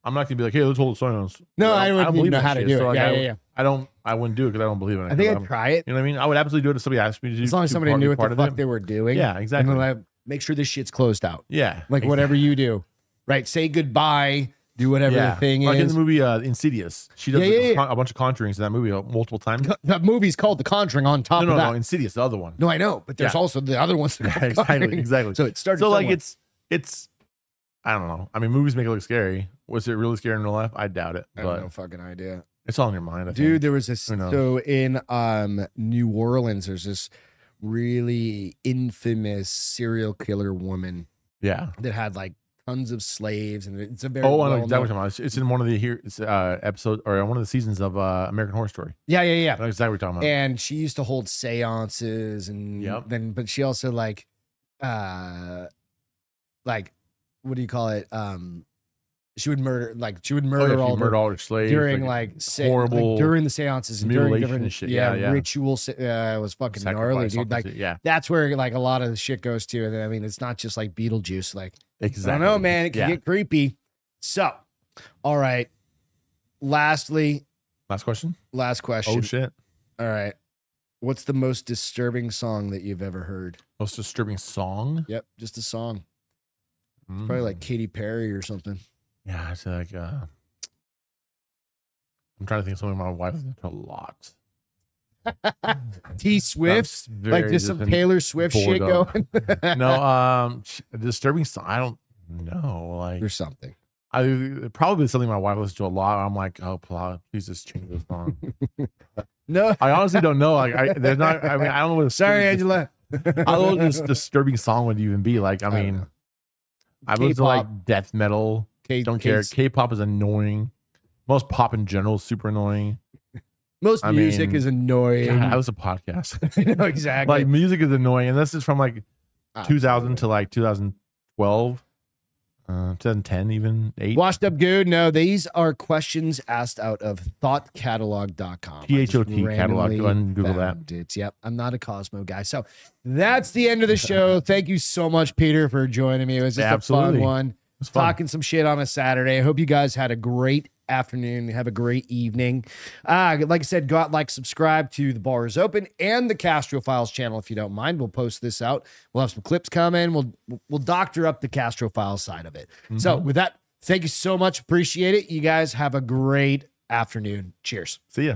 I'm not going to be like, hey, let's hold a seance. No, I I don't, don't even believe know that how to shit. do it. So, like, yeah, I- yeah, yeah. I don't. I wouldn't do it because I don't believe in it. I think 'cause I'd I'm- try it You know what I mean? I would absolutely do it if somebody asked me to. do as long as to somebody part- be knew what part the of fuck it. they were doing. Yeah, And exactly. then like, make sure this shit's closed out. yeah, Like whatever you do, right? Say goodbye. Do whatever the thing like in is. the movie uh, Insidious, she does Yeah, like, yeah, a yeah. con- a bunch of conjurings in that movie uh, multiple times. No, that movie's called The Conjuring. On top no, of that, no, Insidious, the other one. no, I know, but there's Yeah. also the other ones. [laughs] that Yeah, call The exactly, Conjuring. exactly. So it started. so like somewhere. it's it's I don't know. I mean, movies make it look scary. Was it really scary in real life? I doubt it, I have but no fucking idea. it's all in your mind. I Dude, think. there was this. Who knows? So in um New Orleans, there's this really infamous serial killer woman yeah. that had like tons of slaves, and it's a very Oh, I know well-known- exactly what you're talking about. It's- It's in one of the here it's, uh, episodes or one of the seasons of uh, American Horror Story. yeah, yeah, yeah. I know exactly what you're talking about. Oh, and she used to hold seances and Uh-huh. Yep. then but she also like uh like what do you call it um she would murder like she would Oh, yeah, murder she all the murdered all her slaves during like, se- like, horrible during the seances and during mutilation different and shit. yeah, Yeah, yeah. ritual se- uh, it was fucking gnarly sacrifice, all dude kinds like of- yeah, that's where like a lot of the shit goes to and i mean it's not just like beetlejuice like exactly. I don't know, man. It can yeah. get creepy. So, all right. Lastly, Last question. last question. Oh shit. All right. What's the most disturbing song that you've ever heard? Most disturbing song. Yep, just a song. Probably Hmm. like Katy Perry or something. Yeah, it's like uh I'm trying to think of something my wife Mm-hmm. listens to a lot. T Swift, I'm like very just some different- Taylor Swift shit bored up. [laughs] going. No, um sh- a disturbing song. I don't know. Like [laughs] or something. I probably something my wife listens to a lot. I'm like, oh pl- please just change the song. No, I honestly don't know. Like I there's not I mean I don't know what a [laughs] sorry, disturbing- Angela. I don't know what [laughs] this disturbing song would even be. Like, I I don't mean know. I listen to like death metal. K- Don't care. K- K-pop is annoying. Most pop in general is super annoying. Most I music mean, is annoying. God, I was a podcast. [laughs] I know exactly. [laughs] like Ah. music is annoying and this is from like 2000 Absolutely. to like 2012 uh 2010 even 8 Washed up good. No, these are questions asked out of thoughtcatalog.com. I just THOT catalog. Go randomly and Google that. found It. Yep. I'm not a Cosmo guy. So that's the end of [laughs] the show. Thank you so much, Peter, for joining me. It was just a Absolutely. fun one. It's fun. Talking some shit on a Saturday. I hope you guys had a great afternoon. Have a great evening. Uh, like I said, go out, like, subscribe to The Bar is Open and the Castro Files channel if you don't mind. We'll post this out. We'll have some clips coming. We'll we'll doctor up the Castro Files side of it. So with that, thank you so much. Appreciate it. You guys have a great afternoon. Cheers. see ya